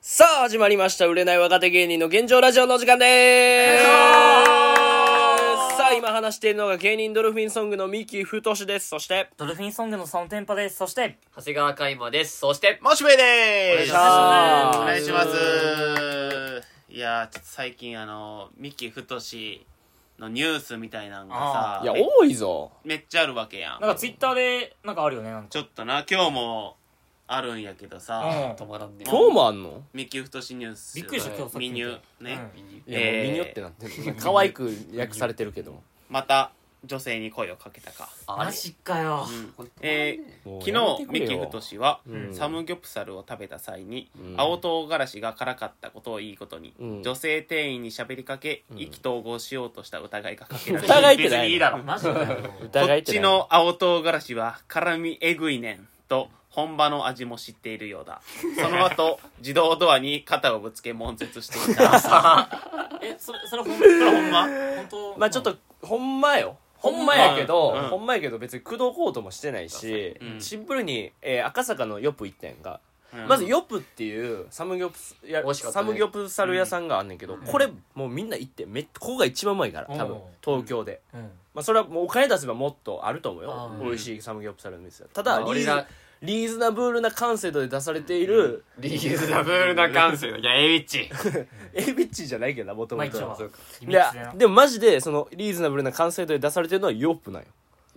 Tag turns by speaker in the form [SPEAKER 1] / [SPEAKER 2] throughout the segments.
[SPEAKER 1] さあ、始まりました。売れない若手芸人の現状ラジオのお時間でーす。さあ、今話しているのが芸人ドルフィンソングの三木太志です。そして、
[SPEAKER 2] ドルフィンソングのそのテンパです。そして、
[SPEAKER 3] 長谷川海馬です。そして、
[SPEAKER 4] モシベです
[SPEAKER 3] お願
[SPEAKER 4] お願
[SPEAKER 1] い
[SPEAKER 4] い
[SPEAKER 1] し
[SPEAKER 4] し
[SPEAKER 1] ま
[SPEAKER 4] ますすいやーちょっと最近あの三木太志のニュースみたいなのがさ
[SPEAKER 1] いや、
[SPEAKER 4] め
[SPEAKER 1] 多いぞ。
[SPEAKER 4] めっちゃあるわけや
[SPEAKER 2] なん
[SPEAKER 4] ん
[SPEAKER 2] かツイッターで、なんかあるよね、なんか。
[SPEAKER 4] ちょっとな今日もあるんやけどさ
[SPEAKER 2] うん
[SPEAKER 3] 止まらんね。
[SPEAKER 1] 今日もあんの
[SPEAKER 4] 三木太志ニュース
[SPEAKER 2] びっくりした、今日さっき見
[SPEAKER 4] ミ
[SPEAKER 2] て。
[SPEAKER 4] ニュー
[SPEAKER 2] う
[SPEAKER 4] ね、
[SPEAKER 1] いや、もう
[SPEAKER 4] えー
[SPEAKER 1] ミニョってなってる。可愛く訳されてるけど。
[SPEAKER 4] また女性に声をかけたか、
[SPEAKER 3] あ
[SPEAKER 2] マ
[SPEAKER 3] れ
[SPEAKER 2] ジかよ
[SPEAKER 4] う。ん
[SPEAKER 3] これ
[SPEAKER 4] え
[SPEAKER 1] も
[SPEAKER 4] ー
[SPEAKER 1] う
[SPEAKER 4] 昨
[SPEAKER 1] やめて
[SPEAKER 4] 日
[SPEAKER 1] くれよ
[SPEAKER 4] 三木太志は、
[SPEAKER 1] うん
[SPEAKER 4] サムギョプサルを食べた際に、
[SPEAKER 1] うん
[SPEAKER 4] 青唐辛子が辛かったことをいいことに、
[SPEAKER 1] うん
[SPEAKER 4] 女性店員に喋りかけ、
[SPEAKER 1] うん
[SPEAKER 4] 意気投合しようとした疑いがかけられ
[SPEAKER 1] 疑いってない
[SPEAKER 4] 別にいいだろ
[SPEAKER 2] マジかよ。
[SPEAKER 4] こ
[SPEAKER 1] 疑い
[SPEAKER 4] っ
[SPEAKER 1] って
[SPEAKER 4] ち
[SPEAKER 1] ない
[SPEAKER 4] の青唐辛子は辛みえぐいねんと本場の味も知っているようだその後自動ドアに肩をぶつけ悶絶してい た
[SPEAKER 2] え、それ、それほん、それ
[SPEAKER 4] ほんま
[SPEAKER 2] 本当
[SPEAKER 1] まあちょっ、と、ほんまよ。ほんまやけど、ほんまやけど別に口説こうともしてないし、
[SPEAKER 4] うん
[SPEAKER 1] シンプルに、えー赤坂のヨプ行ったやんか。
[SPEAKER 4] うん
[SPEAKER 1] まずヨプっていうサムギョプスや
[SPEAKER 3] 美味しかった
[SPEAKER 1] サ
[SPEAKER 3] ね
[SPEAKER 1] ムギョプサル屋さんがあんねんけど、これもうみんな行ってめっここが一番うまいから多分
[SPEAKER 2] うん
[SPEAKER 1] 東京で、
[SPEAKER 2] うん。
[SPEAKER 1] まあ、それはもうお金出せばもっとあると思うよ
[SPEAKER 2] うん
[SPEAKER 1] 美味しいサムギョプサルの店はた
[SPEAKER 3] ま
[SPEAKER 1] だ
[SPEAKER 3] あ
[SPEAKER 1] リー
[SPEAKER 3] 俺
[SPEAKER 1] ズ
[SPEAKER 3] ら
[SPEAKER 1] リーズナブルな完成度で出されている
[SPEAKER 3] リーズナブルな感性の、いや、エビッチ。
[SPEAKER 1] エビッチじゃないけどなもと
[SPEAKER 2] まあ
[SPEAKER 1] も
[SPEAKER 2] 一
[SPEAKER 1] と
[SPEAKER 2] 応
[SPEAKER 1] は
[SPEAKER 2] は。
[SPEAKER 1] いやでもマジでそのリーズナブルな完成度で出されてるのはヨプなんよ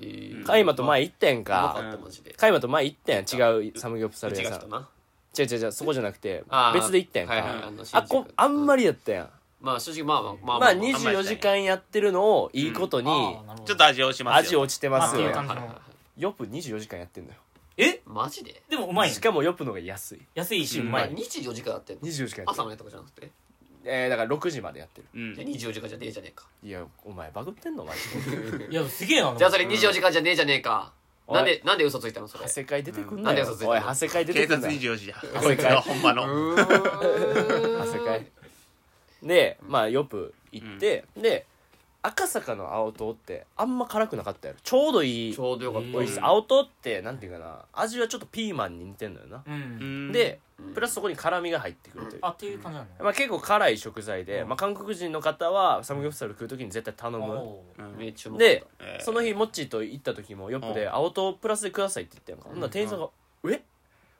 [SPEAKER 3] え
[SPEAKER 1] カイマと前行ったやん
[SPEAKER 3] か
[SPEAKER 1] か
[SPEAKER 3] った、マジで。
[SPEAKER 1] カイマと前行ったやん違うサムギョプサ
[SPEAKER 3] う
[SPEAKER 1] ル
[SPEAKER 3] ち
[SPEAKER 1] 屋
[SPEAKER 3] が
[SPEAKER 1] さ
[SPEAKER 3] 来た
[SPEAKER 1] ん
[SPEAKER 3] な。
[SPEAKER 1] 違う違う違うそこじゃなくて
[SPEAKER 3] あー
[SPEAKER 1] 別で行ったやんか、
[SPEAKER 3] はいはいあの
[SPEAKER 1] あこあんまりやったやん
[SPEAKER 3] まあ、正直、まあまあ、まあ
[SPEAKER 1] まあ
[SPEAKER 3] まあ
[SPEAKER 4] あんま
[SPEAKER 1] 24
[SPEAKER 4] りしたい
[SPEAKER 1] 時間やってるのをいいことに
[SPEAKER 2] ああなるほど
[SPEAKER 4] ちょっと味をします
[SPEAKER 1] 味
[SPEAKER 4] よ
[SPEAKER 1] 落ちてます
[SPEAKER 2] まあっていう
[SPEAKER 1] よ
[SPEAKER 2] 感じ
[SPEAKER 3] はいはいはい
[SPEAKER 1] よく24時間やってんだよ
[SPEAKER 2] え
[SPEAKER 3] マジで
[SPEAKER 2] でもうまいね
[SPEAKER 1] し。かもよくのが安い
[SPEAKER 2] 安いし、う
[SPEAKER 4] うん
[SPEAKER 2] ま
[SPEAKER 3] まあ、
[SPEAKER 2] い。
[SPEAKER 3] 24時間やってんの
[SPEAKER 1] 24時間やって
[SPEAKER 3] 朝
[SPEAKER 1] る
[SPEAKER 3] のやったことじゃなくて。
[SPEAKER 1] えーだから6時までやってる
[SPEAKER 4] うん
[SPEAKER 3] で24時間じゃねえじゃねえか。
[SPEAKER 1] いやお前バグってんのマジで
[SPEAKER 2] いや、すげえな。
[SPEAKER 3] じゃあ、それ24時間じゃねえじゃねえか。
[SPEAKER 1] うん
[SPEAKER 3] なんで、なんで嘘ついたのそ れ
[SPEAKER 1] 長。谷会出てくんな
[SPEAKER 3] な
[SPEAKER 1] ん
[SPEAKER 3] で
[SPEAKER 1] よ
[SPEAKER 3] 嘘ついてんの
[SPEAKER 1] おい長谷会出て
[SPEAKER 4] 警
[SPEAKER 1] く
[SPEAKER 4] 察
[SPEAKER 1] んなよ
[SPEAKER 4] 24時だこいつが本場の
[SPEAKER 3] うーん
[SPEAKER 1] 長谷会でまあよく行ってで赤坂の青唐ってあんま辛くなかったやろちょうどいい
[SPEAKER 3] ちょうどよかっ
[SPEAKER 1] 美味しさ
[SPEAKER 3] た。
[SPEAKER 1] 青唐ってなんていうかな味はちょっとピーマンに似てんのよな
[SPEAKER 2] う。
[SPEAKER 4] うんん
[SPEAKER 1] で
[SPEAKER 3] うん
[SPEAKER 1] プラスそこに辛みが入ってくるという
[SPEAKER 2] あ、っていう感じなんだね。
[SPEAKER 1] まあ、結構辛い食材で、
[SPEAKER 2] うん
[SPEAKER 1] まあ、韓国人の方はサムギョプサル食う時に絶対頼む
[SPEAKER 2] おー
[SPEAKER 4] うん
[SPEAKER 3] めっちゃうまかった
[SPEAKER 1] で、
[SPEAKER 4] えー
[SPEAKER 1] その日モッチーと行った時もよくで
[SPEAKER 4] う
[SPEAKER 1] 「青とプラスでください」って言ったやんかほんなら店員さんが「え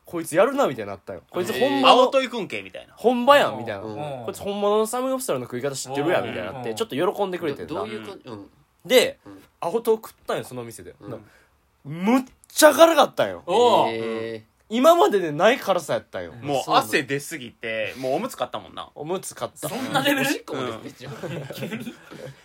[SPEAKER 1] こいつやるな」みたいになったよこいつ本場
[SPEAKER 4] 青
[SPEAKER 1] の
[SPEAKER 4] と行くんけみたいな
[SPEAKER 1] 本場やんみたいな
[SPEAKER 3] うん
[SPEAKER 1] こいつ本物のサムギョプサルの食い方知ってるやんみたいになっ
[SPEAKER 2] う
[SPEAKER 1] て
[SPEAKER 2] ん
[SPEAKER 1] ちょっと喜んでくれてん
[SPEAKER 3] ど
[SPEAKER 1] な
[SPEAKER 3] どういう感じうん。
[SPEAKER 1] で
[SPEAKER 3] うん
[SPEAKER 1] 青と食ったんよその店で
[SPEAKER 3] うん
[SPEAKER 1] むっちゃ辛かったんよ
[SPEAKER 2] おー
[SPEAKER 3] え
[SPEAKER 1] 今まででない辛さやったんよ
[SPEAKER 4] もう汗出すぎてもうおむつ買ったもんな
[SPEAKER 1] おむつ買ったい
[SPEAKER 2] そんなレベ
[SPEAKER 3] ーお
[SPEAKER 2] ル
[SPEAKER 3] しっこもですめっちゃ。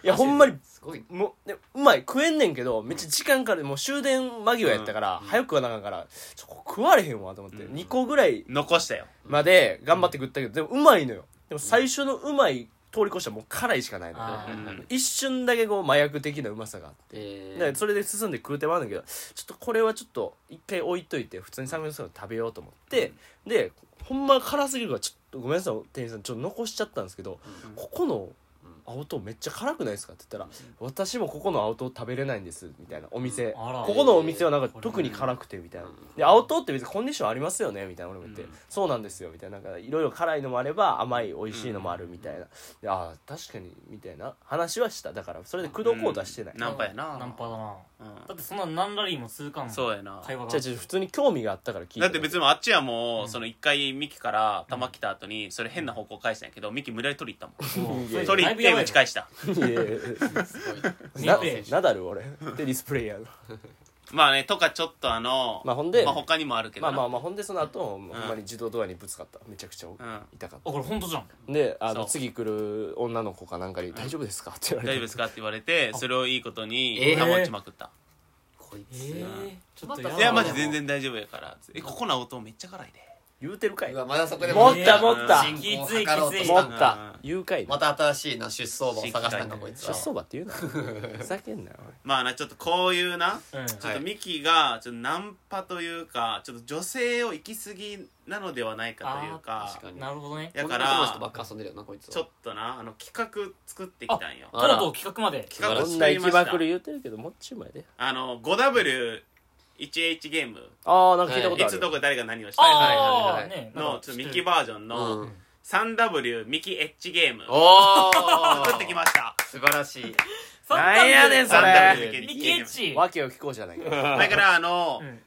[SPEAKER 1] やほんまに
[SPEAKER 3] すごいね
[SPEAKER 1] もうでうまい食えんねんけどめっちゃ時間からもう終電間際やったから、早く食わなあかんからちょこれ食われへんわと思って、
[SPEAKER 4] うん
[SPEAKER 1] 2個ぐらい
[SPEAKER 4] 残したよ
[SPEAKER 1] まで頑張って食ったけどでもうまいのよでも最初のうまい通り越したらもう辛いしかないのよ
[SPEAKER 2] あ
[SPEAKER 4] ー
[SPEAKER 1] 一瞬だけこう麻薬的なうまさがあって
[SPEAKER 3] え
[SPEAKER 1] だからそれで進んで食うてまうんだけどちょっとこれはちょっと一回置いといて普通にサムギョプサル食べようと思って、でほんま辛すぎるからちょっとごめんなさい店員さんちょっと残しちゃったんですけど、
[SPEAKER 4] うん
[SPEAKER 1] ここの青唐めっちゃ辛くないですかって言ったら「私もここの青唐食べれないんです」みたいなお店、
[SPEAKER 2] あら
[SPEAKER 1] ここのお店はなんか特に
[SPEAKER 2] これ
[SPEAKER 1] 辛くてみたいな「で青唐って別にコンディションありますよね」みたいな俺も言って「
[SPEAKER 4] うん
[SPEAKER 1] そうなんですよ」みたいななんかいろいろ辛いのもあれば甘い美味しいのもあるみたいな「でああ確かに」みたいな話はしただからそれで口説こうとはしてない、
[SPEAKER 4] うんナンパやな
[SPEAKER 2] ナンパだな。
[SPEAKER 4] うん
[SPEAKER 2] だってそんな何ラリーも数回も。
[SPEAKER 4] そうやな
[SPEAKER 2] 会話が。
[SPEAKER 1] 違う違う普通に興味があったから聞いて
[SPEAKER 4] だって別にあっちはもう、
[SPEAKER 2] うん
[SPEAKER 4] その一回ミキから球来た後にそれ変な方向返したんやけどミキ無理やり取り行った
[SPEAKER 2] おー
[SPEAKER 1] いやいや
[SPEAKER 4] もん取り行って打ち返した
[SPEAKER 1] に いや いやいやなナダル俺テニスプレイヤーの
[SPEAKER 4] まあねとかちょっとあの、
[SPEAKER 1] まあほんで
[SPEAKER 4] まあ、他にもあるけど
[SPEAKER 1] まあ
[SPEAKER 4] な
[SPEAKER 1] まあまあほんでその後ほんまに自動ドアにぶつかっためちゃくちゃ
[SPEAKER 4] うん
[SPEAKER 1] 痛かった
[SPEAKER 2] あ、これ本当じゃん。
[SPEAKER 1] であの
[SPEAKER 4] そう
[SPEAKER 1] 次来る女の子かなんかに「大丈夫ですか?」 って言われて
[SPEAKER 4] 大丈夫ですかって言われてそれをいいことに
[SPEAKER 3] えー
[SPEAKER 4] 球打ちまくった、
[SPEAKER 3] こいつ
[SPEAKER 2] ええちょっと
[SPEAKER 3] えー
[SPEAKER 4] いやマジ
[SPEAKER 2] で
[SPEAKER 4] 全然大丈夫やからえここの音めっちゃ辛いで
[SPEAKER 1] 言うてるかいう
[SPEAKER 3] わまだそこで
[SPEAKER 1] 持った持った
[SPEAKER 3] 進行を図ろうとし
[SPEAKER 1] 持
[SPEAKER 3] た
[SPEAKER 1] っ
[SPEAKER 3] ん
[SPEAKER 4] う
[SPEAKER 1] た
[SPEAKER 4] ん
[SPEAKER 1] 誘拐
[SPEAKER 3] また新しいな出走馬を探したんだこいつ
[SPEAKER 1] 出
[SPEAKER 3] は
[SPEAKER 1] 走馬って言うなふざけんなよ
[SPEAKER 4] まあなちょっとこういうな
[SPEAKER 2] うん
[SPEAKER 4] ちょっとミキがちょっとナンパというかちょっと女性を行き過ぎなのではないかという
[SPEAKER 2] あ
[SPEAKER 4] か
[SPEAKER 3] 確かに
[SPEAKER 2] なるほどね
[SPEAKER 4] やか
[SPEAKER 3] この人ば
[SPEAKER 4] ら
[SPEAKER 3] っか遊んでるよなこいつ
[SPEAKER 4] ちょっとなあの企画作ってきたんよ
[SPEAKER 2] とうとう企画まで
[SPEAKER 3] 素晴
[SPEAKER 4] 企
[SPEAKER 3] ら
[SPEAKER 4] 画
[SPEAKER 1] こ
[SPEAKER 3] し
[SPEAKER 1] ん
[SPEAKER 4] 作
[SPEAKER 1] な
[SPEAKER 4] り
[SPEAKER 1] 行
[SPEAKER 4] ま
[SPEAKER 1] き
[SPEAKER 4] した
[SPEAKER 1] まくり言うてるけどもっちゅうまいで
[SPEAKER 4] あの 5W 1H ゲーム
[SPEAKER 1] ああなんか聞いたこと
[SPEAKER 4] い
[SPEAKER 1] あ
[SPEAKER 4] つ
[SPEAKER 1] る、
[SPEAKER 4] どこで誰が何をした
[SPEAKER 3] はい
[SPEAKER 4] か
[SPEAKER 3] はいはいはい
[SPEAKER 2] あーね
[SPEAKER 4] のちょっとミキ
[SPEAKER 2] バ
[SPEAKER 4] バージョンの、
[SPEAKER 3] うん
[SPEAKER 4] 3W ミキエッジゲーム
[SPEAKER 3] おお
[SPEAKER 4] 作ってきました
[SPEAKER 3] 素晴らしい
[SPEAKER 1] なんやねんそれ
[SPEAKER 4] 3W ミ
[SPEAKER 2] ミ
[SPEAKER 4] キ
[SPEAKER 2] キ
[SPEAKER 4] エ
[SPEAKER 2] エ
[SPEAKER 4] ッ
[SPEAKER 2] ッ
[SPEAKER 4] ジ
[SPEAKER 2] チ
[SPEAKER 1] 訳を聞こうじゃないか
[SPEAKER 4] だからあの、
[SPEAKER 2] うん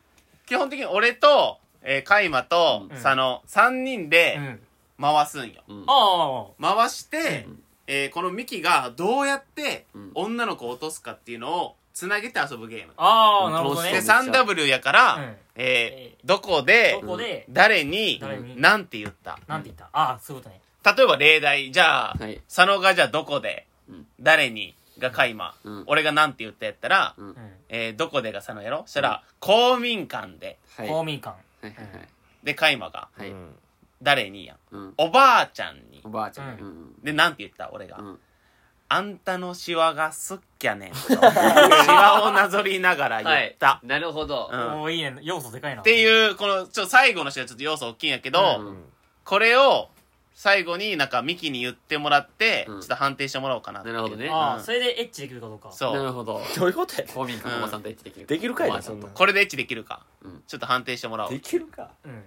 [SPEAKER 4] 基本的に俺と、えー、カイマと、
[SPEAKER 2] うん
[SPEAKER 4] その3人
[SPEAKER 2] う
[SPEAKER 4] で
[SPEAKER 2] ん
[SPEAKER 4] 回すんよ
[SPEAKER 3] うん
[SPEAKER 2] あ
[SPEAKER 4] 回して、
[SPEAKER 3] うん
[SPEAKER 4] えーこのミキがどうやって
[SPEAKER 3] うん
[SPEAKER 4] 女の子を落とすかっていうのをつなげて遊ぶゲーム
[SPEAKER 2] あああなるほど
[SPEAKER 3] う
[SPEAKER 4] で
[SPEAKER 3] ん
[SPEAKER 2] ね
[SPEAKER 3] さ
[SPEAKER 4] 3W やから、
[SPEAKER 2] うん
[SPEAKER 4] え
[SPEAKER 2] え
[SPEAKER 4] ーどこで
[SPEAKER 2] どこで
[SPEAKER 4] 誰に
[SPEAKER 2] 誰に
[SPEAKER 4] 何て言った
[SPEAKER 2] なんて言ったああそういうことね
[SPEAKER 4] 例えば例題じゃあ、
[SPEAKER 3] はい
[SPEAKER 4] 佐野がじゃあどこで、
[SPEAKER 3] うん
[SPEAKER 4] 誰にがカイマ、
[SPEAKER 3] うん
[SPEAKER 4] 俺が何て言ったやったら、
[SPEAKER 3] うん
[SPEAKER 2] うん
[SPEAKER 4] えーどこでが佐野やろしたら、公民館で
[SPEAKER 3] はい
[SPEAKER 2] 公民館
[SPEAKER 3] はいはい
[SPEAKER 4] でカイマが
[SPEAKER 3] はいはい
[SPEAKER 1] うん
[SPEAKER 4] 誰にやん
[SPEAKER 3] うん
[SPEAKER 4] おばあちゃんに
[SPEAKER 3] おばあちゃん
[SPEAKER 2] う
[SPEAKER 3] うん
[SPEAKER 4] で何て言った俺が、
[SPEAKER 3] うん
[SPEAKER 4] あんたのシワがすっきゃねんとシ ワをなぞりながら言った、
[SPEAKER 3] なるほど
[SPEAKER 4] うん
[SPEAKER 2] おおいいね要素でかいな
[SPEAKER 4] って
[SPEAKER 2] う
[SPEAKER 4] いうこのちょっと最後の人がちょっと要素大きいんやけど、
[SPEAKER 3] うん
[SPEAKER 4] これを最後になんかミキに言ってもらって、
[SPEAKER 3] うん
[SPEAKER 4] ちょっと判定してもらおうかなっていう
[SPEAKER 3] なるほどね
[SPEAKER 2] あ
[SPEAKER 4] う
[SPEAKER 2] あ
[SPEAKER 4] ん
[SPEAKER 2] それでエッチできるかどうか
[SPEAKER 4] そう
[SPEAKER 3] なるほど
[SPEAKER 1] どういうことや
[SPEAKER 3] 公民館のおばさんと一致できる
[SPEAKER 1] できるかい
[SPEAKER 3] おば
[SPEAKER 1] な
[SPEAKER 3] あちゃ
[SPEAKER 1] そ
[SPEAKER 3] ん
[SPEAKER 1] ん
[SPEAKER 3] と
[SPEAKER 1] な
[SPEAKER 4] これでエッチできるか、
[SPEAKER 3] うん
[SPEAKER 4] ちょっと判定してもらおう
[SPEAKER 1] できるか
[SPEAKER 2] うん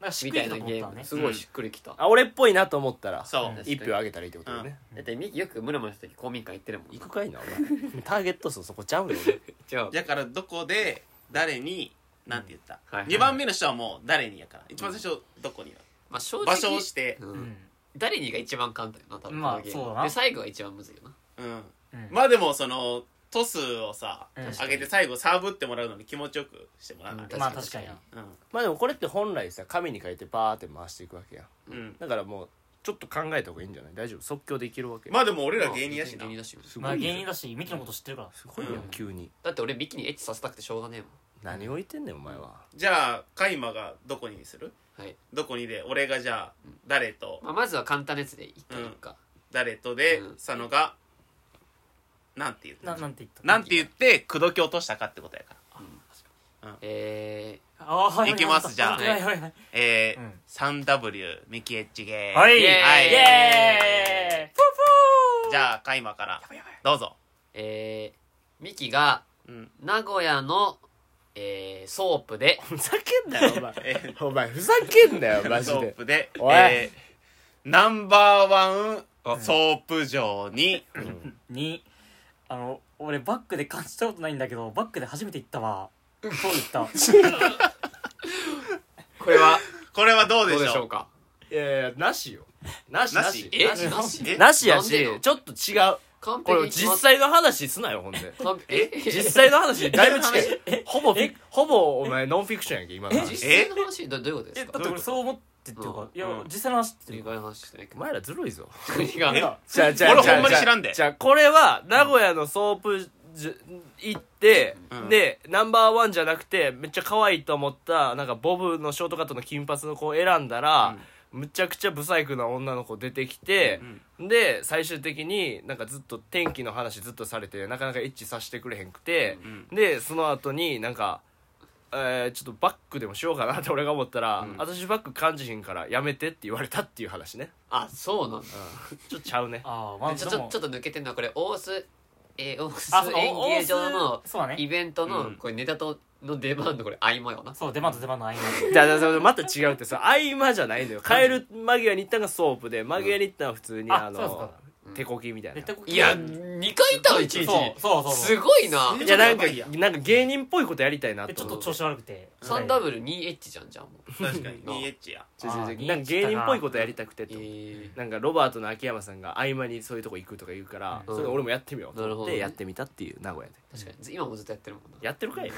[SPEAKER 2] なんかしっ
[SPEAKER 3] み
[SPEAKER 2] く
[SPEAKER 3] た
[SPEAKER 2] りと
[SPEAKER 3] いな
[SPEAKER 2] 思
[SPEAKER 3] ゲ
[SPEAKER 2] った
[SPEAKER 3] ー
[SPEAKER 2] わね
[SPEAKER 3] ムすごいしっくりきた
[SPEAKER 1] あ俺っぽいなと思ったら
[SPEAKER 2] う
[SPEAKER 4] そう、
[SPEAKER 2] ん
[SPEAKER 1] 一票あげたらいいってことだよね
[SPEAKER 3] だってミキよくムラムラした時公民館行ってるもん
[SPEAKER 1] 行くかいなお前 ターゲット層そこちゃうよ俺
[SPEAKER 3] じゃあ
[SPEAKER 4] だからどこで誰になんて言った、
[SPEAKER 3] はいはい
[SPEAKER 4] 2番目の人はもう誰にやから一番最初どこにや
[SPEAKER 3] まあ正直
[SPEAKER 4] 場所を指定
[SPEAKER 3] うん
[SPEAKER 2] うん
[SPEAKER 3] 誰にが一番簡単よな多分
[SPEAKER 2] まあ
[SPEAKER 3] このゲーム
[SPEAKER 2] そうだな
[SPEAKER 3] で最後が一番むずいよな
[SPEAKER 4] うん
[SPEAKER 2] うん
[SPEAKER 4] まあでもそのトスをさ、
[SPEAKER 2] うん
[SPEAKER 4] 上げて最後サーブってもらうのに気持ちよくしてもらわない、
[SPEAKER 3] うん
[SPEAKER 2] まあ確かに
[SPEAKER 4] うん
[SPEAKER 1] まあでもこれって本来さ紙に書いてバーって回していくわけやん
[SPEAKER 4] うん
[SPEAKER 1] だからもうちょっと考えた方がいいんじゃない大丈夫即興でいけるわけ
[SPEAKER 4] まあでも俺ら芸人やしな
[SPEAKER 3] 芸人だし
[SPEAKER 1] す
[SPEAKER 2] ま
[SPEAKER 1] ご
[SPEAKER 2] あ
[SPEAKER 1] い
[SPEAKER 2] 芸
[SPEAKER 1] よ
[SPEAKER 2] 人だしミキのこと知ってるから
[SPEAKER 1] すごいよ
[SPEAKER 4] うん
[SPEAKER 1] 急に
[SPEAKER 3] だって俺ミキにエッチさせたくてしょうがねえも
[SPEAKER 1] 何を言ってんねんお前は
[SPEAKER 4] じゃあカイマがどこにする
[SPEAKER 3] んはい
[SPEAKER 4] どこにで俺がじゃあ誰と
[SPEAKER 3] まあまずは簡単なやつで一回いくか
[SPEAKER 4] 誰とで、
[SPEAKER 3] うん
[SPEAKER 4] 佐野がなんて言った
[SPEAKER 2] ななんて言った
[SPEAKER 4] なんて言って口説き落としたかってことやから
[SPEAKER 3] え
[SPEAKER 2] ああ
[SPEAKER 4] いきますじゃあ
[SPEAKER 2] はいはいはいはい
[SPEAKER 4] え
[SPEAKER 2] う
[SPEAKER 4] ー
[SPEAKER 2] ん
[SPEAKER 4] 3W ミキエッチゲー
[SPEAKER 2] はい
[SPEAKER 3] イエーイ
[SPEAKER 2] イエーイフ
[SPEAKER 4] じゃあカイマからどうぞ
[SPEAKER 3] ーえーミキが
[SPEAKER 4] うん
[SPEAKER 3] 名古屋のえーソープで
[SPEAKER 1] ふざけんなよ お前
[SPEAKER 4] え
[SPEAKER 1] お前ふざけんな よマ
[SPEAKER 4] ー
[SPEAKER 1] ジ
[SPEAKER 4] ソー
[SPEAKER 1] で
[SPEAKER 4] プで
[SPEAKER 1] おい
[SPEAKER 4] えーナンバーワンソープ場に
[SPEAKER 2] ーにあの俺バックで感じたことないんだけどバックで初めて行ったわそう言った
[SPEAKER 3] これは
[SPEAKER 4] これはどう
[SPEAKER 3] ど
[SPEAKER 4] で
[SPEAKER 3] うで
[SPEAKER 4] し
[SPEAKER 3] し
[SPEAKER 4] ょ
[SPEAKER 3] ょ
[SPEAKER 4] う
[SPEAKER 3] うか
[SPEAKER 1] いやいやなしよなし
[SPEAKER 4] な
[SPEAKER 1] な
[SPEAKER 4] し
[SPEAKER 1] し
[SPEAKER 3] え
[SPEAKER 1] なし
[SPEAKER 3] なし
[SPEAKER 4] え
[SPEAKER 1] なしや
[SPEAKER 3] なんでよ
[SPEAKER 1] しちょっと違う
[SPEAKER 3] 完
[SPEAKER 1] こ
[SPEAKER 3] 璧
[SPEAKER 1] れ
[SPEAKER 3] に決ま
[SPEAKER 1] 実
[SPEAKER 3] っ
[SPEAKER 1] 際の話すなよほんで
[SPEAKER 3] 完璧え
[SPEAKER 1] 実際の話にだいぶ近いほぼフィほぼお前ノンフィクションやんけ今の
[SPEAKER 3] 実
[SPEAKER 1] 話
[SPEAKER 3] 際の話どどういうことで
[SPEAKER 2] え
[SPEAKER 3] す
[SPEAKER 2] だ
[SPEAKER 3] か
[SPEAKER 2] って俺そう思ってっていう
[SPEAKER 3] う
[SPEAKER 2] か
[SPEAKER 3] ん
[SPEAKER 2] いや
[SPEAKER 4] うん
[SPEAKER 2] 実際の話ってい
[SPEAKER 3] 何
[SPEAKER 2] うか
[SPEAKER 3] が話してないか
[SPEAKER 1] お前らずるいぞ
[SPEAKER 3] 何が
[SPEAKER 4] え
[SPEAKER 1] じゃあじゃあ
[SPEAKER 4] 俺
[SPEAKER 1] じゃあ
[SPEAKER 4] ほんまに知らんで
[SPEAKER 1] じゃあじゃあこれは名古屋のソープじ行って、
[SPEAKER 4] うん
[SPEAKER 1] でナンバーワンじゃなくてめっちゃ可愛いと思ったなんかボブのショートカットの金髪の子を選んだら、むちゃくちゃブサイクな女の子出てきて、で最終的になんかずっと天気の話ずっとされてなかなかエッチさせてくれへんくて、でその後になんか、えーちょっとバックでもしようかなって俺が思ったら、私バック感じひんからやめてって言われたっていう話ね、
[SPEAKER 3] あそうなんだ
[SPEAKER 1] うん、ちょっとちゃうね
[SPEAKER 2] ああまあ
[SPEAKER 3] ち
[SPEAKER 2] で
[SPEAKER 3] ょちょ
[SPEAKER 2] も
[SPEAKER 3] ちょっと抜けてんのはこれ大須えー大
[SPEAKER 2] あそ
[SPEAKER 3] 須
[SPEAKER 2] う
[SPEAKER 3] 演芸場
[SPEAKER 2] 大
[SPEAKER 3] の
[SPEAKER 2] 須そうだね
[SPEAKER 3] イベント
[SPEAKER 4] う
[SPEAKER 3] の
[SPEAKER 4] ん
[SPEAKER 3] これネタとの出番のこれ合間よな
[SPEAKER 2] そう出番と出番の合間
[SPEAKER 1] じゃあだからまた違うってさ合間じゃないのよ帰る間際に行ったのがソープで間際に行ったのは普通に
[SPEAKER 2] あ
[SPEAKER 1] あ
[SPEAKER 2] そうそう
[SPEAKER 1] の手こきみたいな
[SPEAKER 2] 絶対ここ
[SPEAKER 3] いや2回いたわ1日
[SPEAKER 2] そうそうそう
[SPEAKER 3] すごいな
[SPEAKER 4] す
[SPEAKER 1] いやなんか
[SPEAKER 4] やばいやん
[SPEAKER 1] なんか芸人っぽいことやりたいな
[SPEAKER 2] でち
[SPEAKER 1] と
[SPEAKER 2] ょっ
[SPEAKER 1] 思
[SPEAKER 2] と
[SPEAKER 1] って
[SPEAKER 2] 調子悪くて
[SPEAKER 3] 3W2H じゃんじゃんもう
[SPEAKER 4] 確かに 2H や
[SPEAKER 1] ちょちょちょ
[SPEAKER 2] あー
[SPEAKER 1] なんか芸人っぽいことやりたくて
[SPEAKER 3] え
[SPEAKER 1] と思って
[SPEAKER 3] ー
[SPEAKER 1] なんかロバートの秋山さんが合間にそういうとこ行くとか言うから、
[SPEAKER 3] うん
[SPEAKER 1] それ俺もやってみようと
[SPEAKER 3] なる
[SPEAKER 1] 思っ
[SPEAKER 3] ほどね
[SPEAKER 1] てやってみたっていう名古屋で
[SPEAKER 3] 確かに今もずっとやってるもんな
[SPEAKER 1] やってるかい、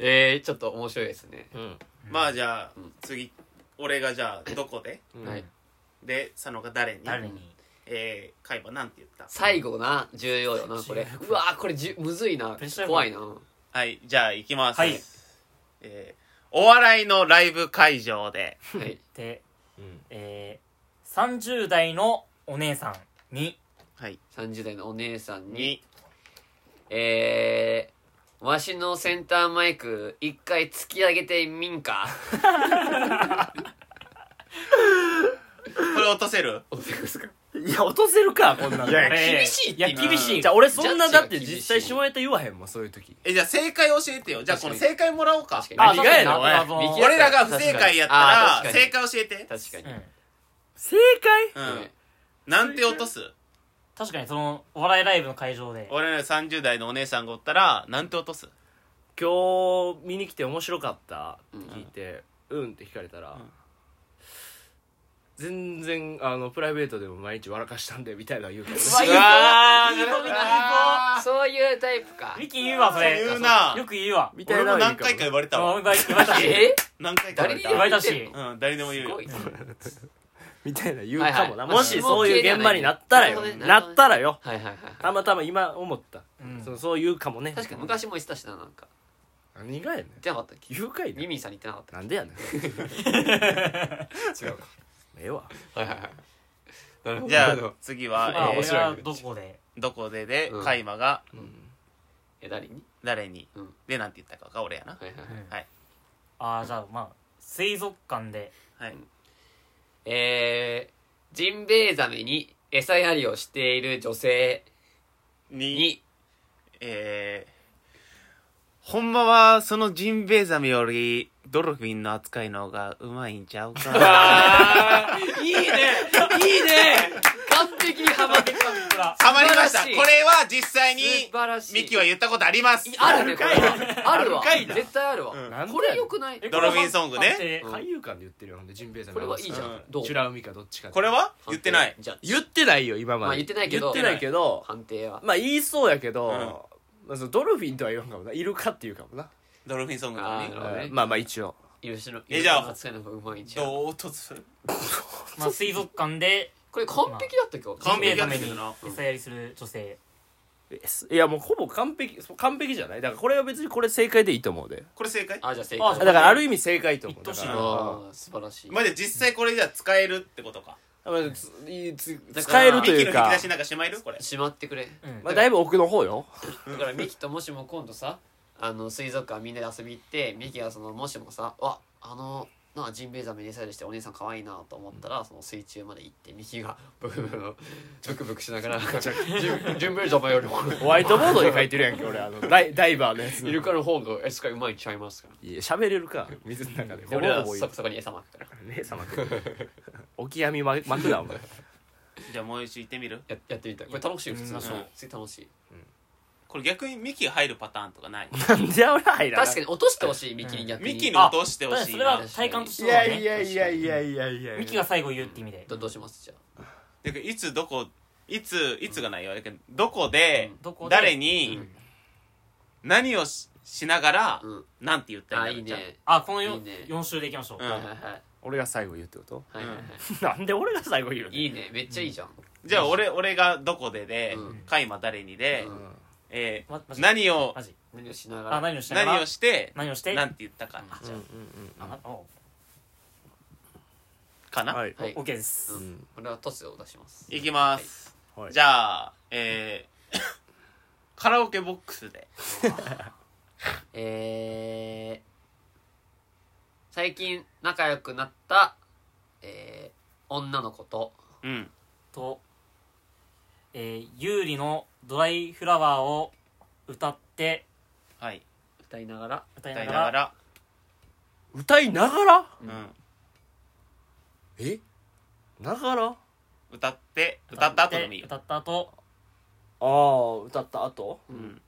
[SPEAKER 3] えーちょっと面白いですね
[SPEAKER 1] うん
[SPEAKER 4] まあじゃあ
[SPEAKER 3] ん
[SPEAKER 4] 次俺がじゃあどこで
[SPEAKER 1] うん
[SPEAKER 3] はい
[SPEAKER 4] で佐野が誰に
[SPEAKER 2] 誰に
[SPEAKER 4] えー、海馬なんて言った
[SPEAKER 3] 最後な重要よなこれうわーこれじゅむずいな
[SPEAKER 2] プレッシャーやば
[SPEAKER 3] 怖
[SPEAKER 2] い
[SPEAKER 3] いな
[SPEAKER 4] はいじゃあ行きます、
[SPEAKER 2] はい
[SPEAKER 4] えー、お笑いのライブ会場で
[SPEAKER 3] はい
[SPEAKER 2] で
[SPEAKER 1] うん
[SPEAKER 2] えー、30代のお姉さんに
[SPEAKER 4] はい
[SPEAKER 3] 30代のお姉さん
[SPEAKER 4] に
[SPEAKER 3] にえー、わしのセンターマイク一回突き上げてみんか
[SPEAKER 4] これ落とせる
[SPEAKER 3] おせますか
[SPEAKER 1] いいや落とせるかこんなの
[SPEAKER 4] いや
[SPEAKER 2] ええ
[SPEAKER 3] 厳しいって
[SPEAKER 2] いや
[SPEAKER 3] 今
[SPEAKER 2] 厳しい
[SPEAKER 1] じゃあ俺そんな
[SPEAKER 3] ジャ
[SPEAKER 1] だ
[SPEAKER 3] ッジ
[SPEAKER 1] っ
[SPEAKER 3] が
[SPEAKER 1] て実
[SPEAKER 3] 厳
[SPEAKER 1] 際
[SPEAKER 3] しい
[SPEAKER 1] 下ネタ言わへんもんそういう時
[SPEAKER 4] えじゃあ正解教えてよじゃあこの
[SPEAKER 3] 確かに
[SPEAKER 4] 正解もらおうか
[SPEAKER 3] 確か
[SPEAKER 1] あ
[SPEAKER 3] に
[SPEAKER 1] 意外やな
[SPEAKER 2] あ
[SPEAKER 1] おい
[SPEAKER 2] 謎の
[SPEAKER 3] 右
[SPEAKER 4] 俺らが不正解やった
[SPEAKER 3] あ
[SPEAKER 4] ら
[SPEAKER 3] 確かに
[SPEAKER 4] 正解教えて
[SPEAKER 3] 確かに、
[SPEAKER 2] うん
[SPEAKER 1] 正
[SPEAKER 4] う
[SPEAKER 1] 解
[SPEAKER 4] んなんて落とす
[SPEAKER 2] 確かにそのお笑いライブの会場で
[SPEAKER 4] 俺ら30代のお姉さんがおったらなんて落とす
[SPEAKER 1] 今日見に来て面白かったって聞いてうんって聞かれたら
[SPEAKER 4] ん
[SPEAKER 1] 全然あのプライベートでも毎日笑かしたんでみたいなの言う けど
[SPEAKER 2] わいい子
[SPEAKER 4] わ
[SPEAKER 2] いい子みんな
[SPEAKER 4] あ
[SPEAKER 3] そういうタイプか
[SPEAKER 2] いい子ミキ言うわそれ
[SPEAKER 4] 言うな
[SPEAKER 2] よく言うわ
[SPEAKER 1] みた
[SPEAKER 4] 俺
[SPEAKER 1] いな
[SPEAKER 4] も
[SPEAKER 1] の言う
[SPEAKER 4] 何
[SPEAKER 1] けど
[SPEAKER 4] 回か言われた
[SPEAKER 2] そう
[SPEAKER 4] わ
[SPEAKER 2] 言われたし
[SPEAKER 3] え
[SPEAKER 4] 何回か言われ
[SPEAKER 3] 誰に
[SPEAKER 4] た
[SPEAKER 3] 言われたし言われた
[SPEAKER 4] うん誰でも言う
[SPEAKER 3] す
[SPEAKER 4] よ
[SPEAKER 3] ごいな
[SPEAKER 1] みたいな言うかも
[SPEAKER 3] はいは
[SPEAKER 1] ないもしそういう現場になったらよ
[SPEAKER 3] なるほどね
[SPEAKER 1] なったらよ
[SPEAKER 3] はいはいはい
[SPEAKER 1] たまたま今思った
[SPEAKER 2] うん
[SPEAKER 1] そのそう言うかもね
[SPEAKER 3] 確かに昔も言ってたしななんか
[SPEAKER 1] 何がやねん
[SPEAKER 3] 言ってなかったっけ
[SPEAKER 1] 言うかい
[SPEAKER 3] ミ
[SPEAKER 1] ね
[SPEAKER 3] ミンさんに言ってなかったっ
[SPEAKER 1] なんでやねん
[SPEAKER 3] 違うか
[SPEAKER 1] ええわ
[SPEAKER 3] はいはいはいなるほど
[SPEAKER 4] じゃあ次
[SPEAKER 2] ま
[SPEAKER 4] は
[SPEAKER 2] あ
[SPEAKER 4] え
[SPEAKER 2] 俺
[SPEAKER 4] ー
[SPEAKER 2] はどこで
[SPEAKER 4] どこでで
[SPEAKER 3] うん
[SPEAKER 4] 海馬が
[SPEAKER 3] え誰に
[SPEAKER 4] 誰に
[SPEAKER 3] うん
[SPEAKER 4] でなんて言ったかが俺やな
[SPEAKER 3] はいはいはい
[SPEAKER 2] ああじゃあまあ水族館 で
[SPEAKER 4] はい
[SPEAKER 3] えー、ジンベエザメに餌やりをしている女性
[SPEAKER 4] に
[SPEAKER 3] に
[SPEAKER 4] えー、ほんまはそのジンベエザメよりドルフィンの扱いの方がうまいんちゃうかな
[SPEAKER 3] あーいいねいいね完璧にハマってきた
[SPEAKER 2] ほら
[SPEAKER 4] ハマりました
[SPEAKER 3] 素晴らしい
[SPEAKER 4] これは実際に
[SPEAKER 3] 素晴らしい
[SPEAKER 4] ミキは言ったことあります
[SPEAKER 3] いあるねこれはあるわ
[SPEAKER 1] あるかいな
[SPEAKER 3] 絶対あるわ、
[SPEAKER 4] うん
[SPEAKER 1] なんでやねん
[SPEAKER 3] これよくない
[SPEAKER 2] え
[SPEAKER 4] ドルフィンソングね
[SPEAKER 2] これ
[SPEAKER 3] うん
[SPEAKER 1] 俳優館で言ってるよほんでジンベエさん
[SPEAKER 3] これはいいじゃん、
[SPEAKER 4] うん
[SPEAKER 3] どう
[SPEAKER 1] チュラ海かどっちか
[SPEAKER 4] これは言ってない
[SPEAKER 3] じゃあ
[SPEAKER 1] 言ってないよ今まで、
[SPEAKER 3] まあ言ってないけど
[SPEAKER 1] 言ってないけど
[SPEAKER 3] 判定は
[SPEAKER 1] まあ言いそうやけど、まあそのドルフィンとは言わんかもなイルカっていうかもな、
[SPEAKER 4] ドルフィンソングなの
[SPEAKER 3] あ
[SPEAKER 4] に
[SPEAKER 3] ーね
[SPEAKER 1] うんまあまあ一応
[SPEAKER 3] 吉野
[SPEAKER 4] えじゃあ
[SPEAKER 3] 扱いの方がうまいんじゃん
[SPEAKER 4] どう落とす
[SPEAKER 2] まあ水族館で
[SPEAKER 3] これ完璧だった今日
[SPEAKER 4] 完
[SPEAKER 2] ジンベエ
[SPEAKER 4] 璧
[SPEAKER 2] ザ
[SPEAKER 4] だっ
[SPEAKER 2] メ
[SPEAKER 4] た
[SPEAKER 2] に
[SPEAKER 4] けどな
[SPEAKER 2] 餌やりする女性
[SPEAKER 1] えすいやもうほぼ完璧完璧じゃないだからこれは別にこれ正解でいいと思うで
[SPEAKER 4] これ正解
[SPEAKER 3] あじゃあ正
[SPEAKER 2] あ
[SPEAKER 1] だ
[SPEAKER 3] 解
[SPEAKER 1] からある意味正解と思う
[SPEAKER 2] 言
[SPEAKER 1] だ
[SPEAKER 2] って
[SPEAKER 1] か
[SPEAKER 2] ほしい
[SPEAKER 1] ら
[SPEAKER 2] な
[SPEAKER 3] あー素晴らしい
[SPEAKER 4] まあじゃあ実際これじゃあ使えるってことか
[SPEAKER 1] うんついつ
[SPEAKER 3] ら
[SPEAKER 1] 使えると
[SPEAKER 4] ミキ
[SPEAKER 1] いう
[SPEAKER 4] の引き
[SPEAKER 1] か
[SPEAKER 4] 出しなんかしまえるこれ
[SPEAKER 3] しまってくれ
[SPEAKER 2] うん
[SPEAKER 1] まあ、だいぶ奥の方よ
[SPEAKER 3] だからミキともしも今度さあの水族館みんなで遊び行ってミキがそのもしもさ「わあのなあジンベエザメに餌やりしてお姉さん可愛いな」と思ったらその水中まで行ってミキがブクブクブクブクしながら「ジンジンベエザメよりも
[SPEAKER 1] ホワイトボードに書いてるやんけ俺あ のダイダイバーのやつ
[SPEAKER 3] イルカの方が餌がうまいんちゃいますから」
[SPEAKER 1] いや喋れるか水の中で
[SPEAKER 3] で俺ら
[SPEAKER 1] ほぼほぼいい
[SPEAKER 3] そこそこに餌まくから
[SPEAKER 1] ねえさま オキアミ巻くなお前
[SPEAKER 4] じゃあもう一度行ってみる
[SPEAKER 3] ややってみたいこれ楽しいよ普通
[SPEAKER 2] うん
[SPEAKER 3] に
[SPEAKER 4] そう
[SPEAKER 3] 普通に楽しい
[SPEAKER 4] これ逆にミキが入るパターンとかない
[SPEAKER 1] なんで俺入らん
[SPEAKER 3] 確かに落としてほしいミキに逆に
[SPEAKER 4] ミキの落として
[SPEAKER 2] た
[SPEAKER 4] ほ
[SPEAKER 2] だ
[SPEAKER 4] し
[SPEAKER 2] そ
[SPEAKER 4] い
[SPEAKER 2] れ
[SPEAKER 4] な
[SPEAKER 2] は体感として
[SPEAKER 1] い
[SPEAKER 2] そうだ
[SPEAKER 1] や
[SPEAKER 2] ね
[SPEAKER 1] いやいやいやいやいや
[SPEAKER 2] ミキが最後言うって意味で
[SPEAKER 3] どどうしますじゃあ
[SPEAKER 4] だからいつどこいついつがないよだけどどこで
[SPEAKER 2] どこで
[SPEAKER 4] 誰に
[SPEAKER 3] うん
[SPEAKER 4] 何をししながら
[SPEAKER 3] うん
[SPEAKER 4] なんて言った
[SPEAKER 3] あ
[SPEAKER 4] らい
[SPEAKER 3] い
[SPEAKER 4] い
[SPEAKER 3] い
[SPEAKER 4] んだろう
[SPEAKER 3] ね
[SPEAKER 2] あこの
[SPEAKER 3] いい
[SPEAKER 2] よ
[SPEAKER 3] ね
[SPEAKER 2] 四週でいきましょう
[SPEAKER 4] うん
[SPEAKER 3] はいはいはい
[SPEAKER 1] 俺が最後言うってこと
[SPEAKER 3] はいはいはい
[SPEAKER 1] なんで俺が最後言うの
[SPEAKER 3] いいねめっちゃいいじゃん
[SPEAKER 4] じゃあ俺俺がどこでで
[SPEAKER 3] うん
[SPEAKER 4] カイマ誰にで
[SPEAKER 3] うん
[SPEAKER 4] えー
[SPEAKER 2] まマジ
[SPEAKER 4] 何を
[SPEAKER 2] マジ
[SPEAKER 3] 何をしながら
[SPEAKER 2] あ何をしながら
[SPEAKER 4] 何をして
[SPEAKER 2] 何をして
[SPEAKER 4] なんて言ったか
[SPEAKER 3] うん
[SPEAKER 4] じゃあ
[SPEAKER 2] あなお
[SPEAKER 4] かな、
[SPEAKER 1] はい
[SPEAKER 3] はい
[SPEAKER 2] OK です
[SPEAKER 3] う
[SPEAKER 1] うんん
[SPEAKER 3] 俺はトスを出します
[SPEAKER 4] いきます、
[SPEAKER 1] はい
[SPEAKER 4] じゃあえー カラオケボックスで
[SPEAKER 3] えー、最近仲良くなった、えー、女の子と
[SPEAKER 4] うん
[SPEAKER 2] とえー優里のドライフラワーを歌って
[SPEAKER 4] はい
[SPEAKER 3] 歌いながら
[SPEAKER 2] 歌い
[SPEAKER 4] 歌
[SPEAKER 2] ないが
[SPEAKER 4] な
[SPEAKER 2] ら
[SPEAKER 4] がら
[SPEAKER 1] 歌いながら
[SPEAKER 4] うん、
[SPEAKER 1] えながらあ
[SPEAKER 4] 歌って歌った後でもいいよ
[SPEAKER 2] 歌った後
[SPEAKER 1] あ歌った後
[SPEAKER 4] うん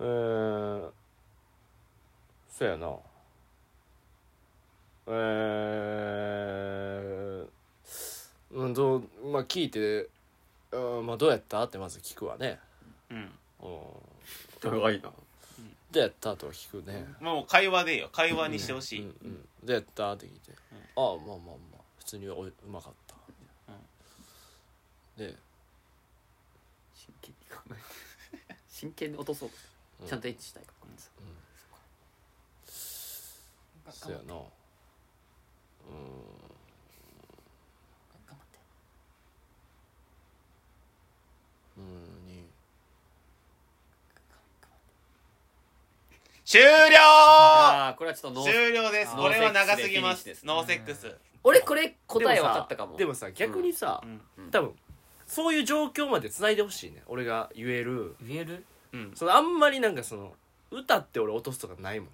[SPEAKER 1] えーそやなえーうんどうまあ聞いてうんまあどうやったってまず聞くわね
[SPEAKER 4] うん
[SPEAKER 1] うん
[SPEAKER 3] 長いな
[SPEAKER 1] どうやったとは聞くね、
[SPEAKER 4] もう会話でいいよ会話にしてほしい、
[SPEAKER 1] うんうん、どうやったって聞いて、ああまあまあまあ普通においうまかった、で
[SPEAKER 3] 真剣に考えて真剣に落とそうちゃんとエッチしたいからごめんなさい
[SPEAKER 1] そやなう
[SPEAKER 2] 頑張って
[SPEAKER 1] ーんに
[SPEAKER 4] 終了
[SPEAKER 3] あーこれはちょっとノー
[SPEAKER 4] 終了です
[SPEAKER 3] あ
[SPEAKER 4] これは長すぎま
[SPEAKER 3] ノーセックスでフィニッシュですす
[SPEAKER 4] ノーセックス
[SPEAKER 3] 俺これ答え分かったかも
[SPEAKER 1] でもさ逆にさ、
[SPEAKER 4] うん
[SPEAKER 3] うん
[SPEAKER 1] 多分そういう状況まで繋いでほしいね俺が言える
[SPEAKER 3] 言える
[SPEAKER 4] うん
[SPEAKER 1] そのあんまりなんかその歌って俺落とすとかないもん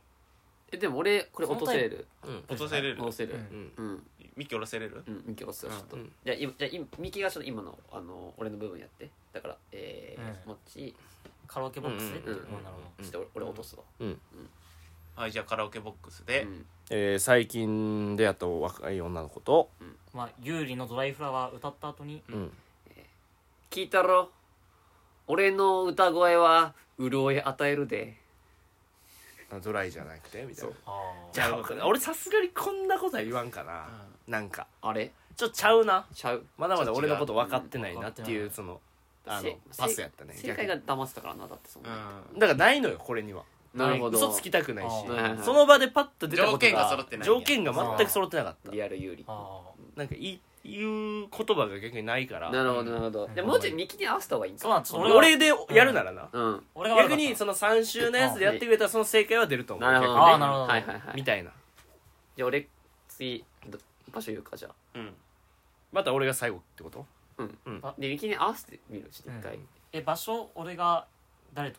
[SPEAKER 3] えでも俺これ落とせれる
[SPEAKER 1] うん
[SPEAKER 4] 落とせれる
[SPEAKER 3] 落とせる
[SPEAKER 2] うん
[SPEAKER 1] うん
[SPEAKER 3] うん
[SPEAKER 4] ミッキー下ろせれる
[SPEAKER 3] うんミキ落とせるちょっと
[SPEAKER 1] うん
[SPEAKER 3] じゃあ今じゃあ今ミキがちょっと今のあの俺の部分やってだからえー
[SPEAKER 2] う
[SPEAKER 3] もっち
[SPEAKER 2] カラオケボックスでっていう
[SPEAKER 3] うんうん
[SPEAKER 2] うんなるほど
[SPEAKER 3] ちょっと俺俺落とすわ
[SPEAKER 4] はいじゃあカラオケボックスで
[SPEAKER 3] うん
[SPEAKER 1] えー最近出会った若い女の子と、
[SPEAKER 2] まあ有利のドライフラワー歌った後に
[SPEAKER 1] うん、
[SPEAKER 3] 聞いたろ俺の歌声は潤い与えるで
[SPEAKER 1] あドライじゃなくてみたいな
[SPEAKER 2] あ
[SPEAKER 1] じゃあ俺さすがにこんなことは言わんかな、なんか
[SPEAKER 3] あれ
[SPEAKER 1] ちょっとちゃうな
[SPEAKER 3] ちゃう
[SPEAKER 1] まだまだ俺のこと分かってないなって
[SPEAKER 2] う
[SPEAKER 1] い
[SPEAKER 2] ん
[SPEAKER 1] うそのあの
[SPEAKER 3] せ
[SPEAKER 1] パスやったね
[SPEAKER 3] せ正解が騙してたからなだってそん
[SPEAKER 4] う
[SPEAKER 3] なん
[SPEAKER 1] 逆にだからないのよこれには
[SPEAKER 3] なるほど
[SPEAKER 1] 嘘つきたくないし
[SPEAKER 2] あー
[SPEAKER 3] はいはい
[SPEAKER 1] その場でパッと出たこと
[SPEAKER 4] 条件が揃ってないんや
[SPEAKER 1] 条件が全く揃ってなかった
[SPEAKER 3] リアル有利
[SPEAKER 2] あ
[SPEAKER 1] なんかいい言う言葉が逆にないから
[SPEAKER 3] なるほどなるほど
[SPEAKER 2] うん
[SPEAKER 3] でもうちょい右に合わせた方がいいん
[SPEAKER 2] そうなんです
[SPEAKER 1] 俺
[SPEAKER 2] 俺
[SPEAKER 1] 俺でやるならな、
[SPEAKER 3] うん
[SPEAKER 2] 俺が悪か
[SPEAKER 1] 逆
[SPEAKER 2] った
[SPEAKER 1] にその3週のやつでやってくれたらその正解は出ると思う
[SPEAKER 3] なるほどね
[SPEAKER 2] あーなるほど
[SPEAKER 3] はいはいはい
[SPEAKER 1] みたいな
[SPEAKER 3] じゃあ俺次ど場所言うかじゃあ
[SPEAKER 4] うん
[SPEAKER 1] また俺が最後ってこと
[SPEAKER 3] で右に合わせてみるちょっと一回
[SPEAKER 2] うえ場所俺が誰と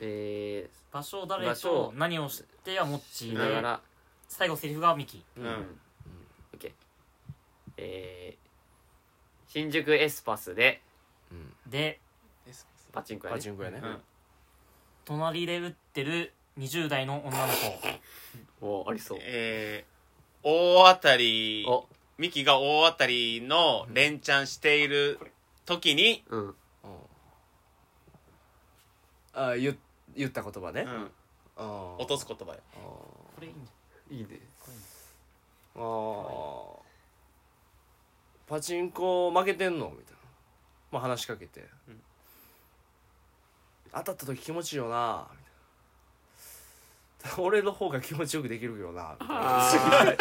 [SPEAKER 3] え
[SPEAKER 2] 場所誰
[SPEAKER 3] 場所
[SPEAKER 2] と何をしてはモッチ
[SPEAKER 3] ー
[SPEAKER 2] ー
[SPEAKER 3] だか
[SPEAKER 2] で
[SPEAKER 3] ら
[SPEAKER 2] 最後セリフがミキ
[SPEAKER 1] うん
[SPEAKER 4] うん
[SPEAKER 3] OK えー新宿エスパスで
[SPEAKER 2] で
[SPEAKER 3] パチンコや
[SPEAKER 1] パ
[SPEAKER 3] ね
[SPEAKER 1] チンコやね、
[SPEAKER 4] うん
[SPEAKER 2] 隣で打ってる20代の女の子
[SPEAKER 3] おーありそう
[SPEAKER 4] えー大当たり
[SPEAKER 3] お
[SPEAKER 4] ミキが大当たりの連チャンしている時に
[SPEAKER 3] うん
[SPEAKER 1] あ言言った言葉ね、
[SPEAKER 4] うん
[SPEAKER 1] あー
[SPEAKER 4] 落とす言葉よ
[SPEAKER 1] あー
[SPEAKER 2] これいいんじ
[SPEAKER 3] いいね
[SPEAKER 1] あーパチンコ負けてんのみたいな、まあ、話しかけて、
[SPEAKER 4] うん
[SPEAKER 1] 当たった時気持ちいいよなみたいな俺の方が気持ちよくできるけどなみたいな
[SPEAKER 3] あー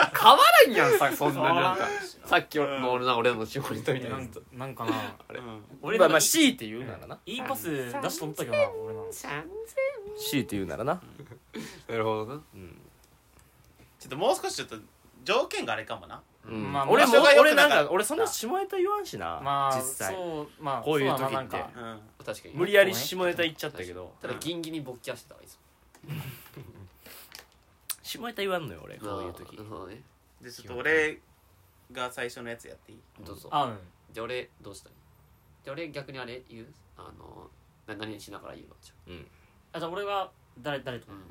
[SPEAKER 3] 変わらんやんさそんななんかさっき俺の俺な俺の仕事みたい
[SPEAKER 2] ゃ
[SPEAKER 3] な
[SPEAKER 2] な
[SPEAKER 3] やつ
[SPEAKER 2] ん
[SPEAKER 3] と
[SPEAKER 2] なんかな
[SPEAKER 4] うん
[SPEAKER 2] 俺
[SPEAKER 1] まあ
[SPEAKER 2] ら
[SPEAKER 1] ま
[SPEAKER 2] が
[SPEAKER 1] あ C って言うならな、
[SPEAKER 2] いいパス出しと思ったけどな俺な
[SPEAKER 1] C って言うならな、
[SPEAKER 3] なるほどな
[SPEAKER 1] うん
[SPEAKER 4] ちょっともう少しちょっと条件があれかもな
[SPEAKER 1] うん
[SPEAKER 2] まあ
[SPEAKER 1] 俺
[SPEAKER 4] 場
[SPEAKER 1] も
[SPEAKER 4] 所が良く
[SPEAKER 1] 俺
[SPEAKER 4] なか
[SPEAKER 1] な
[SPEAKER 4] っ
[SPEAKER 1] ん
[SPEAKER 4] た
[SPEAKER 1] か俺そんな下ネタ言わんしな、
[SPEAKER 2] まあ
[SPEAKER 1] 実際
[SPEAKER 2] そうまあ
[SPEAKER 1] こういう時って
[SPEAKER 2] そだななんか
[SPEAKER 4] うん
[SPEAKER 3] 確かに
[SPEAKER 1] 無理やり下ネタ言っちゃったけど
[SPEAKER 3] ただギンギンに勃起はしてたわいつも
[SPEAKER 1] 下ネタ言わんのよ俺こういう時
[SPEAKER 3] なるほどね
[SPEAKER 4] でちょっと俺が最初のやつやっていい
[SPEAKER 3] どうぞ
[SPEAKER 2] あうん
[SPEAKER 3] じゃあ俺どうしたらいいじゃあ俺逆にあれ言うあのな何しながら言うわじゃ
[SPEAKER 2] あじゃあ俺は誰誰と
[SPEAKER 3] あうん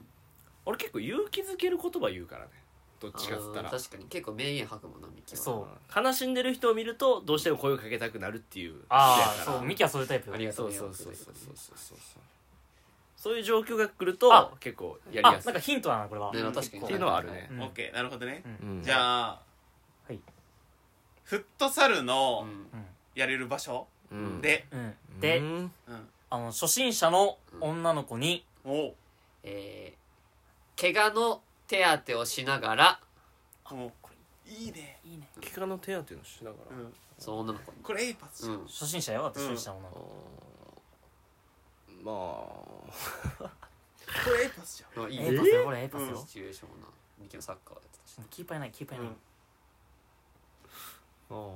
[SPEAKER 1] 俺結構勇気づける言葉言うからねどっちかっつった
[SPEAKER 3] あ
[SPEAKER 1] ら
[SPEAKER 3] ー確かに結構名言吐くもんなミキは
[SPEAKER 2] そう
[SPEAKER 1] 悲しんでる人を見るとどうしても声をかけたくなるっていう
[SPEAKER 2] あ
[SPEAKER 1] 人やか
[SPEAKER 2] あそ
[SPEAKER 1] ら
[SPEAKER 2] うミキはそういうタイプ
[SPEAKER 3] ありがと
[SPEAKER 1] そうう
[SPEAKER 3] ね
[SPEAKER 1] そうそうそうそうそうそうそういう状況が来る
[SPEAKER 2] あ
[SPEAKER 1] と結構やり
[SPEAKER 2] あ
[SPEAKER 1] やす
[SPEAKER 2] ないん
[SPEAKER 1] っ
[SPEAKER 2] かヒントだなこれは
[SPEAKER 3] ね確かに
[SPEAKER 1] ていうのはあるね
[SPEAKER 2] うん
[SPEAKER 4] オッケーなるほどね
[SPEAKER 2] うん
[SPEAKER 1] うん
[SPEAKER 4] じゃあ
[SPEAKER 2] はい
[SPEAKER 4] フットサル
[SPEAKER 3] う
[SPEAKER 4] の
[SPEAKER 3] ん
[SPEAKER 4] やれる場所
[SPEAKER 1] うん
[SPEAKER 4] で
[SPEAKER 2] うん
[SPEAKER 1] う
[SPEAKER 2] で
[SPEAKER 1] ん
[SPEAKER 4] うん
[SPEAKER 2] あの初心者の女の子に
[SPEAKER 4] おう
[SPEAKER 3] えー怪我の手当てをしながら
[SPEAKER 4] おういいね
[SPEAKER 2] いいね
[SPEAKER 1] 怪我の手当てのしなが
[SPEAKER 4] う
[SPEAKER 1] ら
[SPEAKER 4] ん
[SPEAKER 3] その女の子に
[SPEAKER 4] これいいパス
[SPEAKER 3] うん
[SPEAKER 2] 初心者よ私初心者の女の子
[SPEAKER 1] ま
[SPEAKER 4] これいいパスじゃん
[SPEAKER 3] まあいい
[SPEAKER 2] え
[SPEAKER 3] ね
[SPEAKER 2] えパスよこれええパス
[SPEAKER 4] うん
[SPEAKER 2] よ
[SPEAKER 3] シチュエーションもなミキのサッカーやってたし
[SPEAKER 2] キーパーいないキーパーいない
[SPEAKER 4] う
[SPEAKER 1] あ
[SPEAKER 4] ん
[SPEAKER 1] あ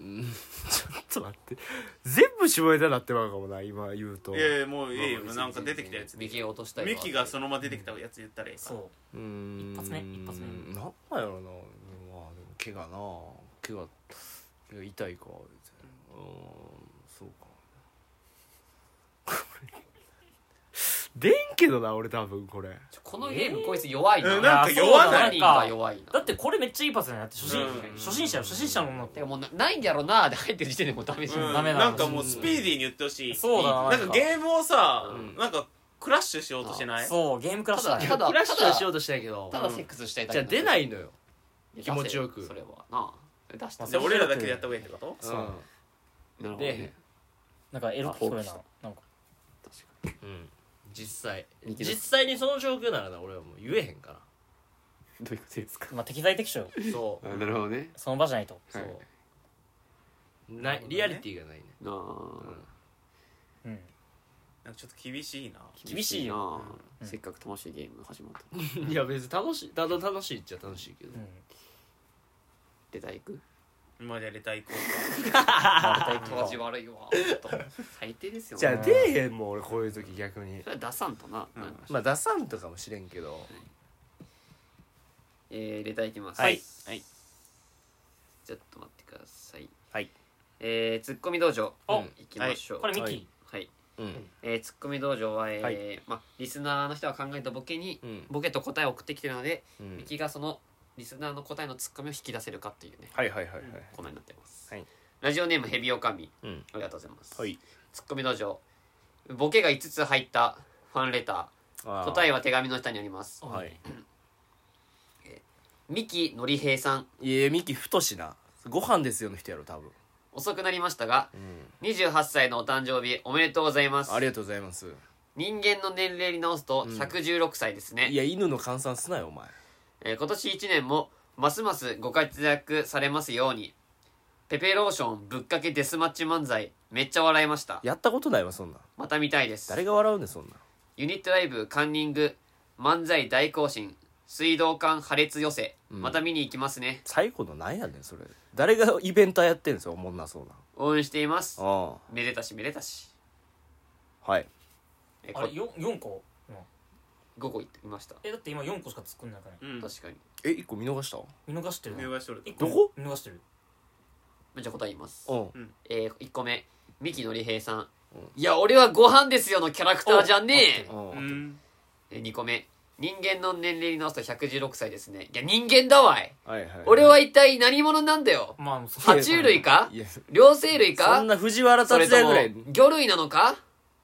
[SPEAKER 1] うん ちょっと待って全部下ネタなってまうかもな今言うと
[SPEAKER 4] いやいやもういいよ
[SPEAKER 3] まあ
[SPEAKER 4] なんか出てきたやつ
[SPEAKER 3] ミキが落としたい
[SPEAKER 4] ミキがそ
[SPEAKER 3] の
[SPEAKER 4] のまま出てきたやつ言ったらいい
[SPEAKER 2] そう
[SPEAKER 1] うーん
[SPEAKER 2] 一発目一発目
[SPEAKER 1] なんなんやろなまあでも怪我な怪我怪我痛いかうーんそうかこれ出んけどな俺多分これ
[SPEAKER 3] このゲームこいつ弱いな
[SPEAKER 4] えなん
[SPEAKER 2] か弱ない
[SPEAKER 3] 何が弱いな
[SPEAKER 2] だってこれめっちゃいいパスだよだって初心
[SPEAKER 4] うん
[SPEAKER 2] 初心者よ初心者の女の子
[SPEAKER 3] てかもうなないんだろうなーで入ってる時点でもうダメじゃん、
[SPEAKER 4] うん
[SPEAKER 2] ダメだ
[SPEAKER 4] なんかもうスピーディーに言ってほしい
[SPEAKER 2] そうだな
[SPEAKER 4] なんかゲームをさ
[SPEAKER 1] うん
[SPEAKER 4] なんかクラッシュしようとしてない
[SPEAKER 2] そうゲームクラッシュだ
[SPEAKER 3] ただ
[SPEAKER 2] ね
[SPEAKER 3] ただ
[SPEAKER 1] クラッシュはしよ
[SPEAKER 3] ただ
[SPEAKER 1] うとしたんやけど
[SPEAKER 3] ただセックスしたいだ
[SPEAKER 1] じ
[SPEAKER 3] け
[SPEAKER 1] ゃあ出ないのよ
[SPEAKER 3] 出
[SPEAKER 1] 気
[SPEAKER 3] せ
[SPEAKER 1] 持ちよく
[SPEAKER 3] それはなあ出した
[SPEAKER 4] で俺らだけでやった方がいいってこと
[SPEAKER 2] そう
[SPEAKER 3] なるほど
[SPEAKER 1] で
[SPEAKER 3] ね
[SPEAKER 2] なんかエロく聞こえるななんか
[SPEAKER 3] 確か
[SPEAKER 1] うん実際
[SPEAKER 3] いき
[SPEAKER 1] 実
[SPEAKER 3] なり
[SPEAKER 1] 際にその状況ならな俺はもう言えへんから
[SPEAKER 3] に どういうことですか
[SPEAKER 2] まあ適材適所よ
[SPEAKER 1] そう
[SPEAKER 3] なるほどね
[SPEAKER 2] その場じゃないと
[SPEAKER 1] そう
[SPEAKER 3] はい
[SPEAKER 1] ないリアリティがないね
[SPEAKER 3] なあ、
[SPEAKER 1] うん
[SPEAKER 2] うん
[SPEAKER 4] なんかちょっと厳しいな
[SPEAKER 3] 厳しいな、
[SPEAKER 2] うん
[SPEAKER 3] せっかく楽しいゲームが始まった
[SPEAKER 1] いや別に楽しいただ楽しいっちゃ楽しいけど、
[SPEAKER 2] うん
[SPEAKER 3] 出たいく
[SPEAKER 4] まあじゃあレタ行こ
[SPEAKER 3] 当時悪いわ最低ですよ
[SPEAKER 1] じゃあ
[SPEAKER 2] ね
[SPEAKER 1] 出えへんもん俺こういう時逆に
[SPEAKER 3] それは出さんとな、
[SPEAKER 4] うん
[SPEAKER 3] なんか
[SPEAKER 1] まあ出さんとかもしれんけど
[SPEAKER 3] えー、レターいきます
[SPEAKER 4] うはいはい
[SPEAKER 3] ちょっと待ってください
[SPEAKER 4] はい
[SPEAKER 3] えー、ツッコミ道場
[SPEAKER 1] お
[SPEAKER 3] うん行きましょう
[SPEAKER 2] これ
[SPEAKER 3] は
[SPEAKER 2] ミ
[SPEAKER 1] は
[SPEAKER 2] キ
[SPEAKER 1] い
[SPEAKER 3] い、
[SPEAKER 1] うん
[SPEAKER 3] えー、ツッコミ道場は、えー
[SPEAKER 1] は
[SPEAKER 3] まあ、リスナーの人が考えたボケに、
[SPEAKER 1] うん
[SPEAKER 3] ボケと答えを送ってきてるので、
[SPEAKER 1] うん
[SPEAKER 3] ミキがそのリスナーの答えのツッコミを引き出せるかっていうね
[SPEAKER 1] はいはいはいはい
[SPEAKER 3] コーナーになってます、
[SPEAKER 1] はい
[SPEAKER 3] ラジオネームヘビオカミ
[SPEAKER 1] うん
[SPEAKER 3] ありがとうございます、
[SPEAKER 1] はい
[SPEAKER 3] ツッコミ道場ボケが5つ入ったファンレター答えは手紙の下にあります
[SPEAKER 1] あーはい
[SPEAKER 3] ミキのりへいさん
[SPEAKER 1] いやミキ太しなご飯ですよの人やろ多分
[SPEAKER 3] 遅くなりましたが28歳のお誕生日おめでとうございます
[SPEAKER 1] ありがとうございます
[SPEAKER 3] 人間の年齢に直すと116歳ですね、
[SPEAKER 1] いや犬の換算すなよお前
[SPEAKER 3] えー今年1年もますますご活躍されますようにペペローションぶっかけデスマッチ漫才めっちゃ笑いました
[SPEAKER 1] やったことないわそんなん
[SPEAKER 3] また見たいです
[SPEAKER 1] 誰が笑うねんそんなん
[SPEAKER 3] ユニットライブカンニング漫才大行進水道管破裂寄せ、
[SPEAKER 1] うん
[SPEAKER 3] また見に行きますね
[SPEAKER 1] 最後のなんやねんそれ誰がイベントやってんすよおもんなそうな
[SPEAKER 3] 応援しています
[SPEAKER 1] あ
[SPEAKER 3] めでたしめでたし
[SPEAKER 1] あはい
[SPEAKER 3] え
[SPEAKER 2] あ
[SPEAKER 3] こ
[SPEAKER 2] れ 4, 四個、うん
[SPEAKER 3] 5個いってみました
[SPEAKER 2] えだって今4個しか突っ込んでないからね
[SPEAKER 4] ううん
[SPEAKER 3] 確かに
[SPEAKER 1] え一個見逃した
[SPEAKER 2] 見逃してる
[SPEAKER 4] 見
[SPEAKER 2] な
[SPEAKER 4] 逃しとる
[SPEAKER 2] 一
[SPEAKER 1] どこ
[SPEAKER 2] 見逃してる
[SPEAKER 3] じゃあ答え言います
[SPEAKER 1] うん
[SPEAKER 3] えー、1個目三木のりへいさん、いや俺はご飯ですよ」のキャラクターじゃね
[SPEAKER 1] うん
[SPEAKER 4] うん
[SPEAKER 3] え2個目人間の年齢に直すと116歳ですねいや人間だわい
[SPEAKER 1] はいはい
[SPEAKER 3] 俺は一体何者なんだよ
[SPEAKER 2] まあそう
[SPEAKER 3] 爬虫類か
[SPEAKER 1] いや
[SPEAKER 3] 両生類
[SPEAKER 1] そん
[SPEAKER 3] か
[SPEAKER 1] な藤原
[SPEAKER 3] そ
[SPEAKER 1] 竜
[SPEAKER 3] れと
[SPEAKER 1] 也
[SPEAKER 3] も
[SPEAKER 1] ぐらい
[SPEAKER 3] 魚類なのか、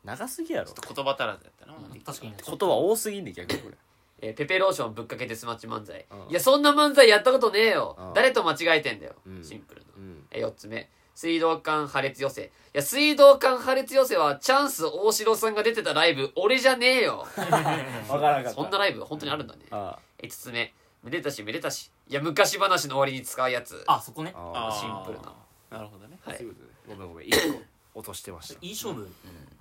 [SPEAKER 1] 長すぎやろ
[SPEAKER 4] 言葉足らずやったな
[SPEAKER 2] うん確かに
[SPEAKER 1] 言葉多すぎんねん逆にこれ
[SPEAKER 3] えーペペローションぶっかけてスマッチ漫才、
[SPEAKER 1] うん
[SPEAKER 3] いやそんな漫才やったことねえよ、
[SPEAKER 1] うん
[SPEAKER 3] 誰と間違えてんだよ、
[SPEAKER 1] うん
[SPEAKER 3] シンプルな、
[SPEAKER 1] うん
[SPEAKER 3] え4つ目水道管破裂寄せいや水道管破裂寄せはチャンス大城さんが出てたライブ俺じゃねえよ
[SPEAKER 1] 分からんかった
[SPEAKER 3] そんなライブ本当にあるんだね、
[SPEAKER 1] あ
[SPEAKER 3] 5つ目めでたしめでたしいや昔話の終わりに使うやつ
[SPEAKER 2] あそこね
[SPEAKER 1] ああ
[SPEAKER 3] シンプルな
[SPEAKER 4] あーなるほどね
[SPEAKER 3] はい
[SPEAKER 1] そういうことねごめんごめん一個落としてました
[SPEAKER 2] いい勝負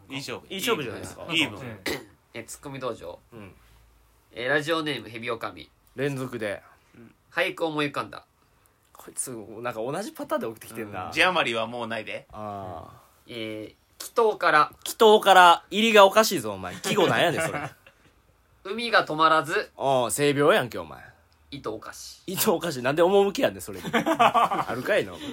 [SPEAKER 4] いい勝負
[SPEAKER 1] いい勝負じゃないですか
[SPEAKER 4] いい
[SPEAKER 2] うん
[SPEAKER 4] 分
[SPEAKER 3] えツッコミ道場、
[SPEAKER 1] うん
[SPEAKER 3] えーラジオネームヘビオカミ
[SPEAKER 1] 連続で
[SPEAKER 3] 俳句思い浮かんだ
[SPEAKER 1] こいつなんか同じパターンで送ってきてんな
[SPEAKER 4] 字余りはもうないで
[SPEAKER 1] ああ
[SPEAKER 3] えー祈祷から
[SPEAKER 1] 祈祷から入りがおかしいぞお前季語なんやねんそ れ
[SPEAKER 3] 海が止まらず
[SPEAKER 1] おう性病やんけお前
[SPEAKER 3] 糸おかし
[SPEAKER 1] 意図おかしいなんで趣やんねん それにあるかいなお前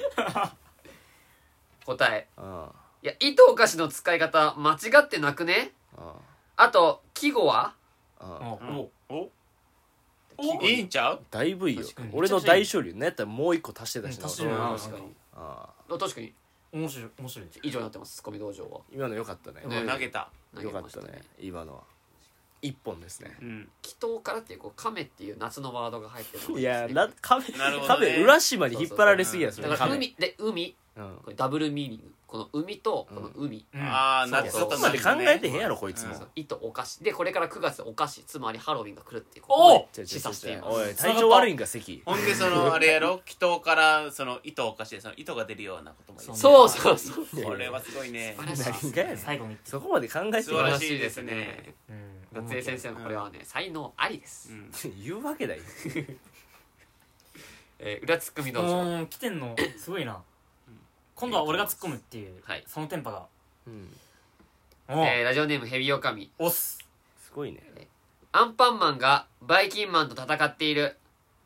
[SPEAKER 3] 答え
[SPEAKER 1] うん
[SPEAKER 3] いや糸おかしの使い方間違ってなくねあと季語は
[SPEAKER 1] うんうん
[SPEAKER 2] おお
[SPEAKER 4] おいいんちゃう
[SPEAKER 1] だいぶいいよ
[SPEAKER 2] 確かに
[SPEAKER 1] 俺の大勝利なんやったらもう一個足してたしな
[SPEAKER 2] うん足して
[SPEAKER 3] う
[SPEAKER 1] 俺
[SPEAKER 2] るな
[SPEAKER 3] ん確かに
[SPEAKER 1] ああ
[SPEAKER 3] あ確かに
[SPEAKER 2] 面白い面白い
[SPEAKER 3] 以上になってますツッコミ道場は
[SPEAKER 1] 今の良かったね
[SPEAKER 3] ね
[SPEAKER 4] 投げた
[SPEAKER 3] 投げ
[SPEAKER 1] 良かっ
[SPEAKER 3] ましたたね
[SPEAKER 1] ね今のは一本ですね
[SPEAKER 4] うん
[SPEAKER 3] 祈祷からっていうこう亀っていう夏のワードが入ってるのが
[SPEAKER 1] い
[SPEAKER 3] です
[SPEAKER 1] や
[SPEAKER 3] ね
[SPEAKER 1] な亀
[SPEAKER 4] なるほどね
[SPEAKER 1] 亀浦島に引っ張られすぎやそ
[SPEAKER 3] だ
[SPEAKER 1] れ
[SPEAKER 3] から
[SPEAKER 1] 亀
[SPEAKER 3] 海で海
[SPEAKER 1] うん
[SPEAKER 3] これダブルミーニングこの海とこの海、
[SPEAKER 2] うん
[SPEAKER 4] ああ
[SPEAKER 1] いや
[SPEAKER 4] 夏
[SPEAKER 1] そ
[SPEAKER 4] と
[SPEAKER 1] こ
[SPEAKER 4] 夏
[SPEAKER 1] まで考えてへんやろ
[SPEAKER 4] ね
[SPEAKER 1] こいつも
[SPEAKER 4] うん
[SPEAKER 3] そう糸お菓子でこれから9月お菓子つまりハロウィンが来るっていう
[SPEAKER 2] お
[SPEAKER 3] こ
[SPEAKER 2] お
[SPEAKER 3] とを示唆していま
[SPEAKER 1] お
[SPEAKER 3] す
[SPEAKER 1] い体調悪いんか関
[SPEAKER 4] ほんでそのあれやろ 祈祷からその糸をおかしてその糸が出るようなことも言う
[SPEAKER 3] そうそうそう
[SPEAKER 1] いやいや
[SPEAKER 4] これはすごいね
[SPEAKER 3] 素晴らしい
[SPEAKER 1] 何がやねん
[SPEAKER 2] 最後に
[SPEAKER 1] そこまで考えて
[SPEAKER 4] 素晴らしい
[SPEAKER 2] うん
[SPEAKER 3] 夏江先生のこれはね才能ありです、
[SPEAKER 4] うん
[SPEAKER 1] 言うわけない
[SPEAKER 3] えー裏ツッコミ道場
[SPEAKER 2] うん来てんのすごいな今度は俺が突っ込むっていう
[SPEAKER 3] はい
[SPEAKER 2] そのテンパが
[SPEAKER 1] うん
[SPEAKER 2] お
[SPEAKER 3] えーラジオネームヘビオカミ
[SPEAKER 2] おっす
[SPEAKER 1] すごいね
[SPEAKER 3] アンパンマンがバイキンマンと戦っている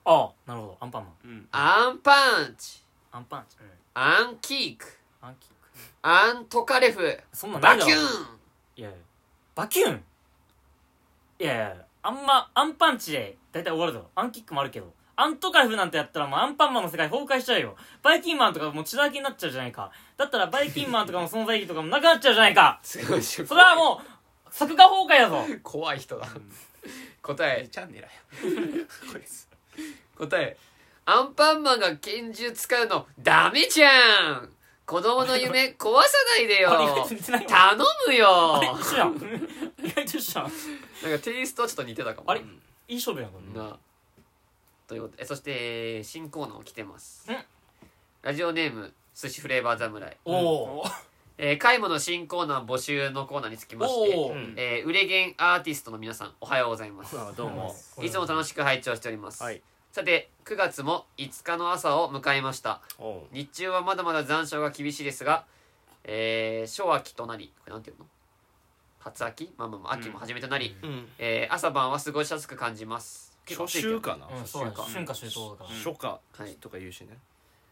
[SPEAKER 2] ああなるほどアンパンマン
[SPEAKER 4] うん
[SPEAKER 3] アンパンチ
[SPEAKER 2] アンパンチうん
[SPEAKER 3] アンキーク
[SPEAKER 2] アンキック
[SPEAKER 3] アントカレフ
[SPEAKER 2] そんなんな
[SPEAKER 3] バ
[SPEAKER 2] いだ
[SPEAKER 3] キューン
[SPEAKER 2] ろいやいやバキューンいやいやあんまアンパンチで大体終わるだろアンキックもあるけどアントカレフなんてやったらもうアンパンマンの世界崩壊しちゃうよバイキンマンとかもう血だらけになっちゃうじゃないかだったらバイキンマンとかの存在意義とかもなくなっちゃうじゃないか
[SPEAKER 3] すごいし
[SPEAKER 2] それはもう作画崩壊だぞ
[SPEAKER 3] 怖い人だ答え
[SPEAKER 4] 2チャン ネルやこいつ
[SPEAKER 3] 答えアンパンマンが拳銃使うのダメじゃん子供 の夢壊さないでよ
[SPEAKER 2] あれ意外と似てないわ
[SPEAKER 3] 頼むよ
[SPEAKER 2] あれ一緒やん意外と一緒やん
[SPEAKER 3] なんかテイストはちょっと似てたかも
[SPEAKER 2] あれいい勝負やんこれ
[SPEAKER 3] なということでえそして新コーナーも来てます
[SPEAKER 2] うん
[SPEAKER 3] ラジオネーム寿司フレーバー侍
[SPEAKER 2] おお
[SPEAKER 4] お
[SPEAKER 3] えー、皆無の新コーナー募集のコーナーにつきまし
[SPEAKER 2] お
[SPEAKER 3] て、
[SPEAKER 2] ー
[SPEAKER 1] うん
[SPEAKER 3] えー、売れ弦アーティストの皆さんおはようございます
[SPEAKER 4] あどうも
[SPEAKER 3] いつも楽しく拝聴しております、
[SPEAKER 1] はい
[SPEAKER 3] さて9月も5日の朝を迎えました
[SPEAKER 1] おう
[SPEAKER 3] 日中はまだまだ残暑が厳しいですが、えー、初秋となりこれなんていうの初秋まあまあまあ秋も初めとなり、
[SPEAKER 1] うん
[SPEAKER 3] えー朝晩は過ごしやすく感じます結構
[SPEAKER 1] 初
[SPEAKER 3] 暑いけど
[SPEAKER 1] 週かな
[SPEAKER 2] うん、
[SPEAKER 1] 初
[SPEAKER 2] そう
[SPEAKER 1] 週
[SPEAKER 2] だ
[SPEAKER 1] か
[SPEAKER 2] 春夏秋冬だから
[SPEAKER 1] 初夏
[SPEAKER 3] はい
[SPEAKER 1] とか言うしね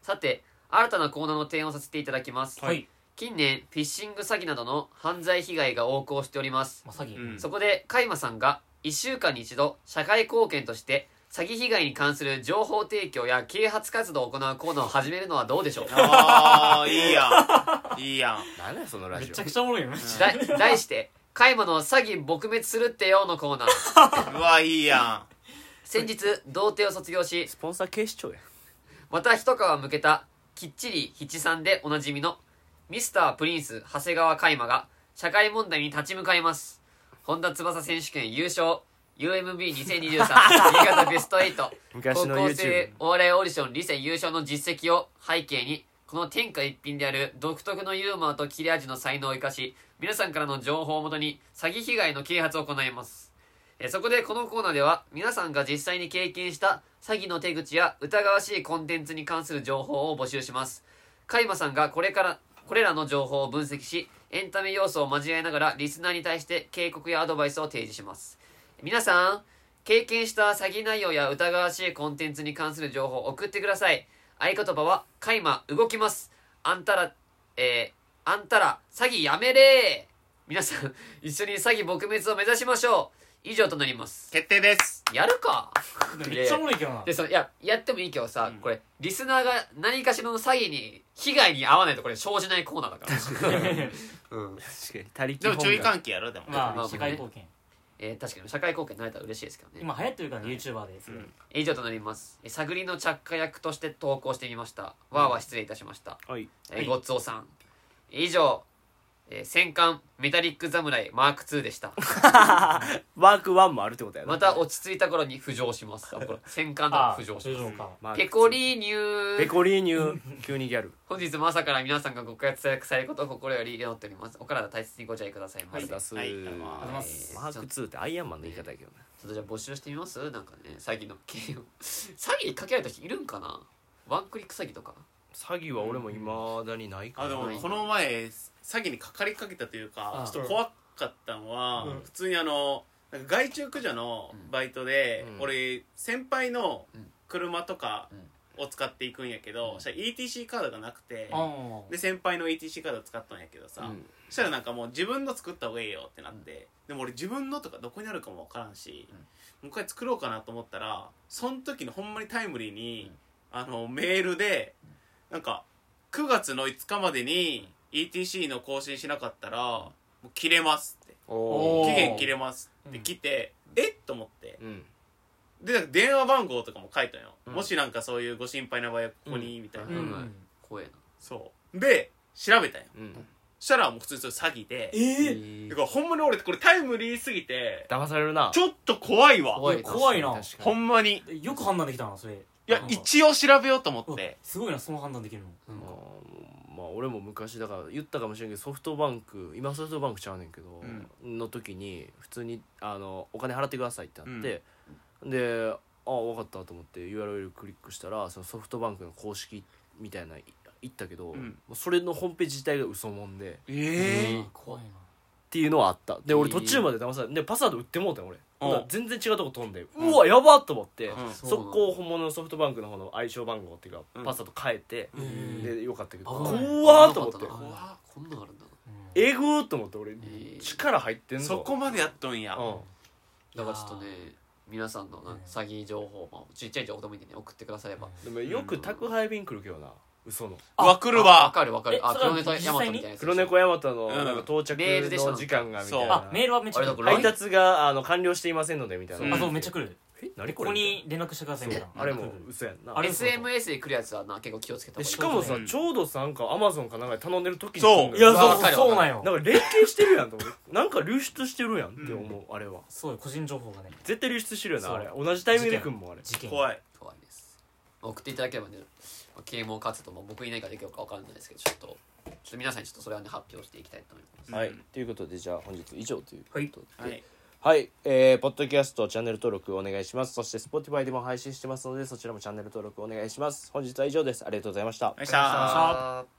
[SPEAKER 3] さて新たなコーナーの提案をさせていただきます、
[SPEAKER 2] はい、
[SPEAKER 3] 近年フィッシング詐欺などの犯罪被害が横行しております、
[SPEAKER 2] まあ、詐欺、
[SPEAKER 4] うん
[SPEAKER 3] そこでカイマさんが1週間に一度社会貢献として詐欺被害に関する情報提供や啓発活動を行うコーナーを始めるのはどうでしょう
[SPEAKER 4] ああいいやんいいやん
[SPEAKER 1] 何だよそのラ
[SPEAKER 2] め
[SPEAKER 1] ジ
[SPEAKER 2] ちゃくちゃおもろいよね、
[SPEAKER 3] だ題して「カイマの詐欺撲滅するってよ」のコーナー
[SPEAKER 4] うわいいや
[SPEAKER 3] 先日童貞を卒業し
[SPEAKER 1] オスポンサー警視庁や
[SPEAKER 3] また一皮向けたきっちり七三でおなじみのミスタープリンス長谷川海馬が社会問題に立ち向かいます本田翼選手権優勝 UMB2023 新潟ベスト8
[SPEAKER 1] 昔
[SPEAKER 3] 高
[SPEAKER 1] の
[SPEAKER 3] 校
[SPEAKER 1] YouTube
[SPEAKER 3] 生お笑いオーディション理性優勝の実績を背景にこの天下一品である独特のユーモアと切れ味の才能を生かし皆さんからの情報をもとに詐欺被害の啓発を行いますえーそこでこのコーナーでは皆さんが実際に経験した詐欺の手口や疑わしいコンテンツに関する情報を募集しますカイマさんがこれからこれらの情報を分析しエンタメ要素を交えながらリスナーに対して警告やアドバイスを提示します皆さん経験した詐欺内容や疑わしいコンテンツに関する情報を送ってください合言葉は「カイマ動きます」あんたらえー、あんたら詐欺やめれ皆さん一緒に詐欺撲滅を目指しましょう以上となります
[SPEAKER 4] 決定です
[SPEAKER 3] やるか
[SPEAKER 2] めっちゃおもろいけどな
[SPEAKER 3] でそのいややってもいいけどさ、これリスナーが何かしらの詐欺に被害に遭わないとこれ生じないコーナーだから
[SPEAKER 1] 確かに他力
[SPEAKER 4] でも
[SPEAKER 1] 本
[SPEAKER 4] 注意
[SPEAKER 1] 願
[SPEAKER 4] 喚起やろでも
[SPEAKER 2] まあ、
[SPEAKER 3] まあ
[SPEAKER 2] 社会貢献
[SPEAKER 3] えー確かに社会貢献になれたら嬉しいですけどね
[SPEAKER 2] 今流行ってるからね YouTuber です、
[SPEAKER 3] 以上となりますえ探りの着火役として投稿してみましたわーわー失礼いたしました、
[SPEAKER 1] はい
[SPEAKER 3] えーごっつおさん以上、えー戦艦メタリック侍マーク2でした
[SPEAKER 1] ワークワンもあるってことやな
[SPEAKER 3] また落ち着いた頃に浮上しますあ これ戦艦だ
[SPEAKER 2] ああ
[SPEAKER 3] と浮上し
[SPEAKER 2] 上
[SPEAKER 3] ま
[SPEAKER 2] 場か
[SPEAKER 1] まあ
[SPEAKER 3] すペコリーニュ
[SPEAKER 1] ペ
[SPEAKER 3] ー
[SPEAKER 1] コリーニュー急にギャル
[SPEAKER 3] 本日も朝から皆さんがご活躍されることを心より祈っておりますお体大切にご自愛ください
[SPEAKER 1] マ
[SPEAKER 3] ませ、
[SPEAKER 1] ル
[SPEAKER 3] ちょ
[SPEAKER 1] ダス
[SPEAKER 4] は
[SPEAKER 1] マ
[SPEAKER 2] あ
[SPEAKER 4] い
[SPEAKER 2] りがとうございます
[SPEAKER 1] ーク2ってアイアンマンの言い方やけどね
[SPEAKER 3] っとじゃあ募集してみますなんかね詐欺の系を 詐欺かけられた人いるんかなワンクリック詐欺とか
[SPEAKER 1] 詐欺は俺もいまだにないか
[SPEAKER 4] あ
[SPEAKER 1] ら
[SPEAKER 4] でもこの前詐欺にかかりかけたという
[SPEAKER 2] あ
[SPEAKER 4] か
[SPEAKER 2] あ
[SPEAKER 4] ちょっと怖かったのは、
[SPEAKER 1] うん
[SPEAKER 4] 普通にあのなんか外注駆除のバイトで、
[SPEAKER 1] うん
[SPEAKER 4] 俺先輩の
[SPEAKER 3] うん
[SPEAKER 4] 車とかを使っていくんやけど、
[SPEAKER 3] うん
[SPEAKER 4] そしたら ETC カードがなくて、
[SPEAKER 2] ああ
[SPEAKER 4] で先輩の ETC カード使ったんやけどさ、
[SPEAKER 1] うん
[SPEAKER 4] そしたらなんかもう自分の作った方がいいよってなって、でも俺自分のとかどこにあるかもわからんし、
[SPEAKER 3] うん
[SPEAKER 4] もう一回作ろうかなと思ったらその時のほんまにタイムリーに、あのメールでなんか9月の5日までに ETC の更新しなかったらもう切れますって
[SPEAKER 1] お
[SPEAKER 2] おー
[SPEAKER 4] 期限切れますって来て、えっと思って
[SPEAKER 1] うん
[SPEAKER 4] でなんか電話番号とかも書いたんよ、
[SPEAKER 1] うん
[SPEAKER 4] もしなんかそういうご心配な場合はここに、みたいな、
[SPEAKER 3] う
[SPEAKER 2] うんん、
[SPEAKER 3] 怖えな
[SPEAKER 4] そうで調べたんよ
[SPEAKER 1] うん
[SPEAKER 4] そしたらもう普通にそれ詐欺で
[SPEAKER 2] え
[SPEAKER 3] え
[SPEAKER 2] ー、
[SPEAKER 4] だからほんまに俺これタイムリーすぎて
[SPEAKER 1] 騙されるな
[SPEAKER 4] ちょっと怖いわ
[SPEAKER 3] 怖い
[SPEAKER 2] 怖いな
[SPEAKER 1] 確か
[SPEAKER 4] ほ
[SPEAKER 1] に
[SPEAKER 4] んまに
[SPEAKER 2] よく判断できたなそれい
[SPEAKER 4] いや一応調べようと思
[SPEAKER 2] う
[SPEAKER 4] っ
[SPEAKER 2] わ
[SPEAKER 4] て
[SPEAKER 2] すごいなその判断できるの
[SPEAKER 3] うん
[SPEAKER 1] まあまあ俺も昔だから言ったかもしれんけどソフトバンク今ソフトバンクちゃうねんけど、の時に普通にあのお金払ってくださいってなって、でああ分かったと思って URL クリックしたらそのソフトバンクの公式みたいない行ったけど、
[SPEAKER 4] うん
[SPEAKER 1] もうそれのホームページ自体が嘘もんでっ
[SPEAKER 4] え
[SPEAKER 3] うん
[SPEAKER 2] 怖いな
[SPEAKER 1] ていうのはあったで俺
[SPEAKER 3] えー
[SPEAKER 1] 途中まで騙されてでパスワード売ってもうたよ俺
[SPEAKER 4] うん
[SPEAKER 1] ほな全然違うとこ飛んでうわやばっと思って、
[SPEAKER 4] うん
[SPEAKER 1] 速攻本物のソフトバンクの方の相性番号っていうか、
[SPEAKER 4] うん
[SPEAKER 1] パスワード変えて、
[SPEAKER 2] うん
[SPEAKER 1] でよかったけど
[SPEAKER 2] 危ない
[SPEAKER 1] 怖っと思って
[SPEAKER 3] 危なかたなこんなんあるんだな
[SPEAKER 2] え
[SPEAKER 1] えぐーっと思って俺
[SPEAKER 3] ー
[SPEAKER 1] 力入ってんの
[SPEAKER 4] そこまでやっとんや
[SPEAKER 1] う
[SPEAKER 3] だからちょっとね皆さんのなんか詐欺情報もちっちゃい情報でもいいんでね送ってくだされば
[SPEAKER 1] んでもよく宅配便来るけどな嘘の
[SPEAKER 4] わくる
[SPEAKER 3] わ
[SPEAKER 4] わ
[SPEAKER 3] かるわかるあ
[SPEAKER 2] え
[SPEAKER 3] 黒猫
[SPEAKER 2] それ
[SPEAKER 3] ヤ
[SPEAKER 2] は実
[SPEAKER 3] マト
[SPEAKER 2] 際
[SPEAKER 3] み
[SPEAKER 2] に
[SPEAKER 3] たいなやつ
[SPEAKER 1] 黒猫ヤマトの
[SPEAKER 4] うん
[SPEAKER 1] なんか到着
[SPEAKER 3] メールでしょ
[SPEAKER 1] の時間がみたい
[SPEAKER 4] そう
[SPEAKER 2] あ
[SPEAKER 1] な
[SPEAKER 2] メールはめっちゃ来
[SPEAKER 3] あれだ
[SPEAKER 2] る
[SPEAKER 3] これ
[SPEAKER 1] 配達があの完了していませんのでみたい
[SPEAKER 4] うん
[SPEAKER 1] な
[SPEAKER 2] あそうめっちゃ来る
[SPEAKER 1] え
[SPEAKER 2] こ
[SPEAKER 1] 何これ
[SPEAKER 2] こに連絡してくださいみたいな
[SPEAKER 1] あれも
[SPEAKER 2] 来る
[SPEAKER 1] 嘘やんな
[SPEAKER 2] あれ
[SPEAKER 3] SMS で来るやつはな結構気をつけた
[SPEAKER 1] で
[SPEAKER 3] 方がいい
[SPEAKER 1] しかもさ
[SPEAKER 4] うん
[SPEAKER 1] ちょうどさなんかアマゾンかなんかで頼んでる時に
[SPEAKER 4] そう
[SPEAKER 1] 来
[SPEAKER 2] い
[SPEAKER 1] る
[SPEAKER 2] や
[SPEAKER 1] のよ
[SPEAKER 3] わ
[SPEAKER 2] そう
[SPEAKER 3] か
[SPEAKER 2] そうそう
[SPEAKER 3] るわ
[SPEAKER 2] な
[SPEAKER 3] か
[SPEAKER 2] ん
[SPEAKER 3] る
[SPEAKER 2] よ
[SPEAKER 1] なんか連携してるやんと思ってなんか流出してるやんって思うあれは
[SPEAKER 2] そうよ個人情報がね
[SPEAKER 1] 絶対流出してるよなあれ
[SPEAKER 2] そ
[SPEAKER 1] 同じタイミングで来んもんあれ
[SPEAKER 2] 事件
[SPEAKER 4] 怖い
[SPEAKER 3] 怖いです送っていただければねまあ啓蒙活動も僕いないからできるかわかんないですけどちょっとちょっと皆さんにちょっとそれはね発表していきたいと思います
[SPEAKER 1] はい
[SPEAKER 4] うん、
[SPEAKER 1] ということでじゃあ本日以上ということ
[SPEAKER 2] は
[SPEAKER 1] で
[SPEAKER 2] い、
[SPEAKER 4] はい、はい
[SPEAKER 1] はい、えー、ポッドキャストチャンネル登録お願いしますそして Spotify でも配信してますのでそちらもチャンネル登録お願いします本日は以上ですありがとうございました
[SPEAKER 4] お願いし
[SPEAKER 3] ありがとうございま
[SPEAKER 4] ま
[SPEAKER 3] し
[SPEAKER 4] す
[SPEAKER 3] た